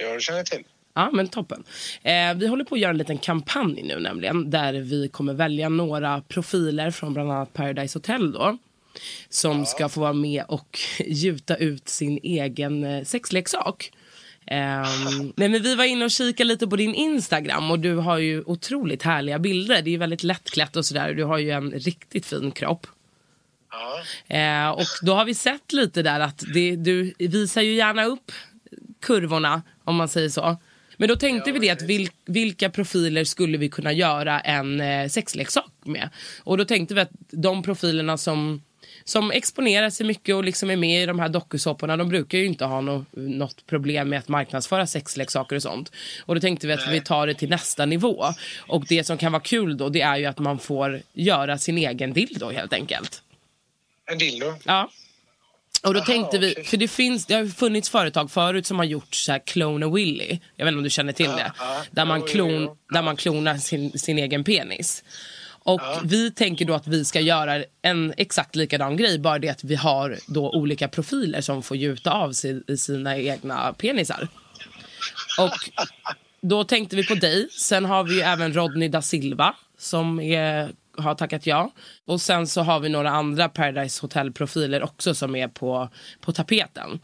H: jag känner till.
B: Ja, men toppen. Eh, vi håller på att göra en liten kampanj nu nämligen där vi kommer välja några profiler från bland annat Paradise Hotel då som ska få vara med och [LAUGHS] gjuta ut sin egen eh, sexleksak. Ehm, nej, men vi var inne och kikade lite på din Instagram och du har ju otroligt härliga bilder. Det är ju väldigt lättklätt och sådär. Du har ju en riktigt fin kropp. Eh, och då har vi sett lite där att det, du visar ju gärna upp kurvorna om man säger så. Men då tänkte vi det att vil, vilka profiler skulle vi kunna göra en eh, sexleksak med? Och då tänkte vi att de profilerna som, som exponerar sig mycket och liksom är med i de här dokusåporna de brukar ju inte ha no, något problem med att marknadsföra sexleksaker och sånt. Och då tänkte vi att vi tar det till nästa nivå. Och det som kan vara kul då det är ju att man får göra sin egen dildo helt enkelt.
H: En dildo.
B: Ja. Och då tänkte vi, för det, finns, det har ju funnits företag förut som har gjort så här Clone a Willy. Jag vet inte om du känner till det? Där man, klon, där man klonar sin, sin egen penis. Och vi tänker då att vi ska göra en exakt likadan grej, bara det att vi har då olika profiler som får gjuta av sig i sina egna penisar. Och då tänkte vi på dig. Sen har vi ju även Rodney da Silva som är, har tackat ja. Och sen så har vi några andra Paradise Hotel-profiler också som är på, på tapeten.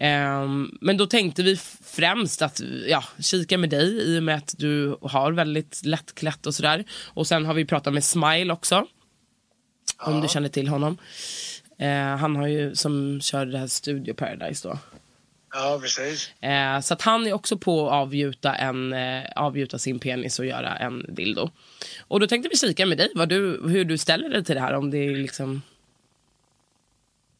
B: Ehm, men då tänkte vi främst att ja, kika med dig i och med att du har väldigt lättklätt och sådär. Och sen har vi pratat med Smile också. Om du känner till honom. Eh, han har ju som kör det här Studio Paradise då.
H: Ja, precis.
B: Eh, så att han är också på att avgjuta, en, eh, avgjuta sin penis och göra en dildo. Och då tänkte vi kika med dig vad du, hur du ställer dig till det här. Om det är liksom...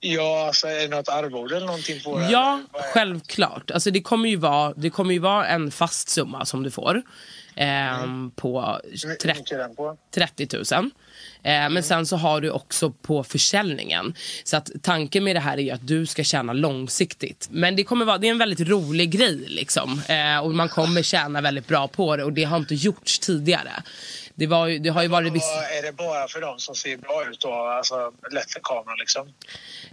H: Ja, alltså är det något arvode eller någonting på det?
B: Ja, självklart. Alltså, det, kommer ju vara, det kommer ju vara en fast summa som du får. ehm,
H: Mm.
B: På
H: Hur mycket
B: 30
H: är den på?
B: 30 000. Eh, Men sen så har du också på försäljningen. Så att tanken med det här är ju att du ska tjäna långsiktigt. Men det kommer vara, det är en väldigt rolig grej liksom. Eh, Och man kommer tjäna väldigt bra på det och det har inte gjorts tidigare. Det, var ju, det har ju varit viss...
H: Och är det bara för dem som ser bra ut då? Alltså lätt för kameran liksom?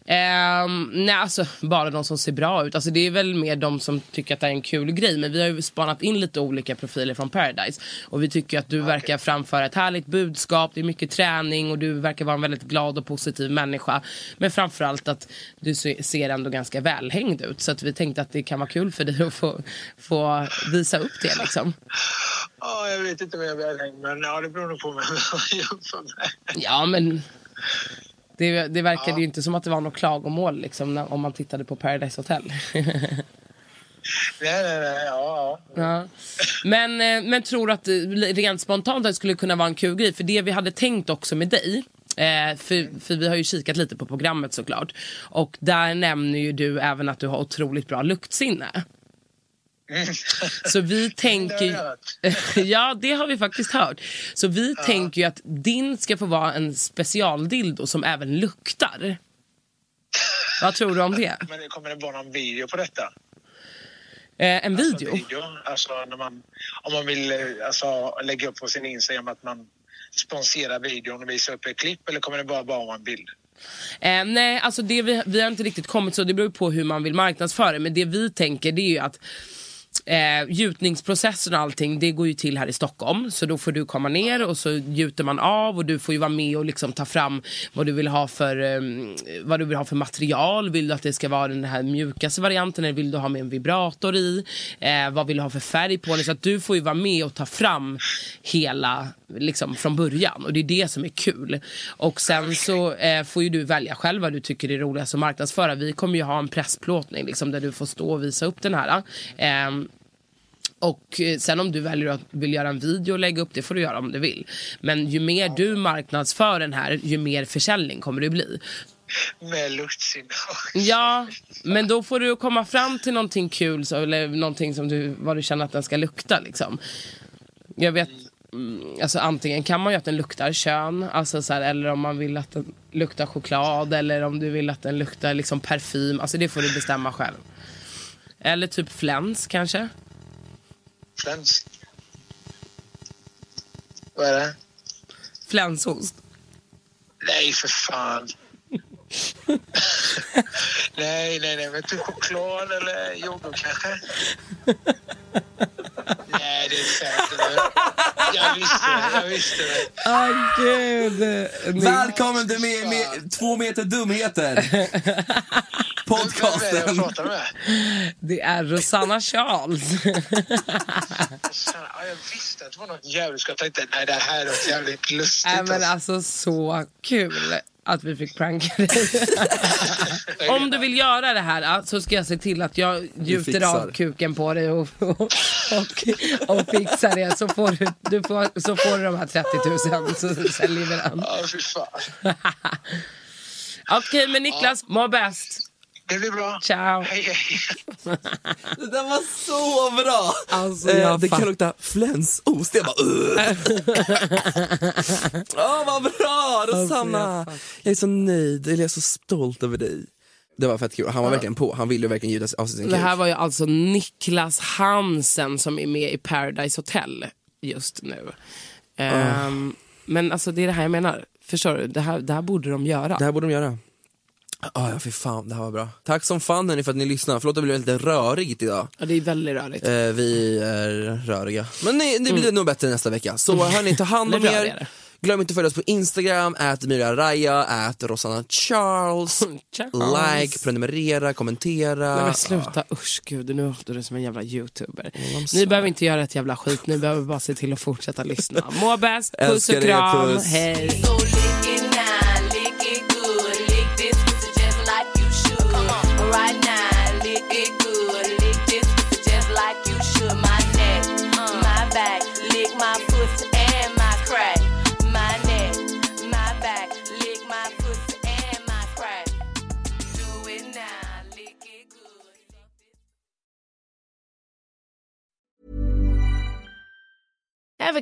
B: Ehm, nej, alltså bara de som ser bra ut. Alltså, det är väl mer de som tycker att det är en kul grej. Men vi har ju spanat in lite olika profiler från Paradise. Och vi tycker att du verkar framföra ett härligt budskap. Det är mycket träning och du verkar vara en väldigt glad och positiv människa. Men framförallt att du se- ser ändå ganska välhängd ut. Så att vi tänkte att det kan vara kul för dig att få, få visa upp det liksom.
H: Ja, jag vet inte om jag är välhängd, men ja, det beror nog på vem man jämför med.
B: Ja, men... Det, det verkade ju inte som att det var något klagomål liksom, när, om man tittade på Paradise Hotel.
H: Nej, nej, nej. Ja, ja.
B: Ja. Men, eh, men tror att eh, rent spontant att det skulle kunna vara en kul grej? För det vi hade tänkt också med dig Eh, för, för vi har ju kikat lite på programmet såklart. Och där nämner ju du även att du har otroligt bra luktsinne. Så
H: [LAUGHS]
B: vi tänker...
H: Det har jag
B: [LAUGHS] ja, det har vi faktiskt hört. Så vi tänker ju att din ska få vara en specialdildo som även luktar. Vad tror du om det?
H: Men det kommer det vara någon video på detta?
B: Eh, en video?
H: video. Alltså när man, om man vill eh, alltså, lägga upp på sin Instagram att man sponsorar videon och visar upp ett klipp eller kommer det bara bara vara en bild?
B: Eh, nej, alltså det vi, vi har inte riktigt kommit så. Det beror ju på hur man vill marknadsföra det. Men det vi tänker det är ju att Eh, gjutningsprocessen och allting det går ju till här i Stockholm. Så då får du komma ner och så gjuter man av och du får ju vara med och liksom ta fram vad du vill ha för, eh, vad du vill ha för material. Vill du att det ska vara den här mjukaste varianten eller vill du ha med en vibrator i? Eh, vad vill du ha för färg på den? Så att du får ju vara med och ta fram hela liksom från början och det är det som är kul. Och sen så eh, får ju du välja själv vad du tycker är roligast att marknadsföra. Vi kommer ju ha en pressplåtning liksom, där du får stå och visa upp den här. Ehm, och eh, sen om du väljer att vill göra en video och lägga upp det får du göra om du vill. Men ju mer du marknadsför den här ju mer försäljning kommer det bli.
H: Med luftsinne.
B: Ja, men då får du komma fram till någonting kul så, eller någonting som du, vad du känner att den ska lukta liksom. Jag vet, mm, alltså antingen kan man ju att den luktar kön, alltså så här, eller om man vill att den luktar choklad eller om du vill att den luktar liksom parfym, alltså det får du bestämma själv. Eller typ fläns kanske?
H: Fläns. Vad är det?
B: Flänsost?
H: Nej, för fan. nej, nej, nej. Men typ choklad eller jordgubb kanske? nej, det är säkert. Jag visste det. Jag visste det.
E: Åh gud.
C: Välkommen till med, med, två meter [LAUGHS] dumheter. Podcasten.
B: Det är
E: [LAUGHS]
B: Rosanna Charles.
H: Ja, jag visste att det var något jävligt skoj. Jag tänkte nej, det här är något jävligt lustigt.
B: Nej men alltså så kul att vi fick pranka dig. Om du vill göra det här så ska jag se till att jag gjuter
E: fixar.
B: av kuken på dig och, och, och, och fixar det. Så får, du, du får, så får du de här 30 000 så säljer vi den.
H: Ja, fy fan.
B: Okej men Niklas, må bäst.
H: Det blir bra.
B: Ciao.
C: Det där var så bra!
B: Alltså,
C: Eh,
B: jag
C: det kan
B: fatt-
C: lukta flänsost. Jag bara...
B: [LAUGHS]
C: "Ugh." Åh, vad bra, Rosanna!
E: Alltså, jag
C: jag är så nöjd, eller jag är så stolt över dig. Det var fett kul. Han var verkligen på. Han ville ju verkligen ljuda av sig sin
B: Det
C: kuk.
B: här var ju alltså Niklas Hansen som är med i Paradise Hotel just nu.
C: Ah.
B: Ehm, Men alltså det är det här jag menar. Förstår du? Det här, det här borde de göra.
C: Det här borde de göra. Ah, ja, fy fan, det här var bra. Tack som fan hörni för att ni lyssnar. Förlåt att det blev lite rörigt idag.
B: Ja, det är väldigt rörigt.
C: Eh, vi är röriga. Men ni, det blir
B: Mm.
C: nog bättre nästa vecka. Så hörni, ta
B: [LAUGHS]
C: hand om
B: Blir
C: er.
B: rörigare.
C: Glöm inte att följa oss på Instagram, ät Mira Raya, ät Rosanna Charles.
B: [LAUGHS] Charles.
C: Like, prenumerera, kommentera.
B: Nej men sluta, usch gud, nu låter du som en jävla youtuber. Ni behöver inte göra ett jävla skit, ni behöver bara se till att fortsätta lyssna.
C: [LAUGHS]
B: Må bäst, puss
C: Älskar
B: och
C: er,
B: kram,
C: puss.
B: hej.
I: So lick it now, lick it good, lick this pussy just like you should. Right now, lick it good, lick this pussy just like you should. My neck, my back, lick my pussy and my crack. My neck, my back, lick my pussy and my crack. Do it now, lick it good.
J: Ever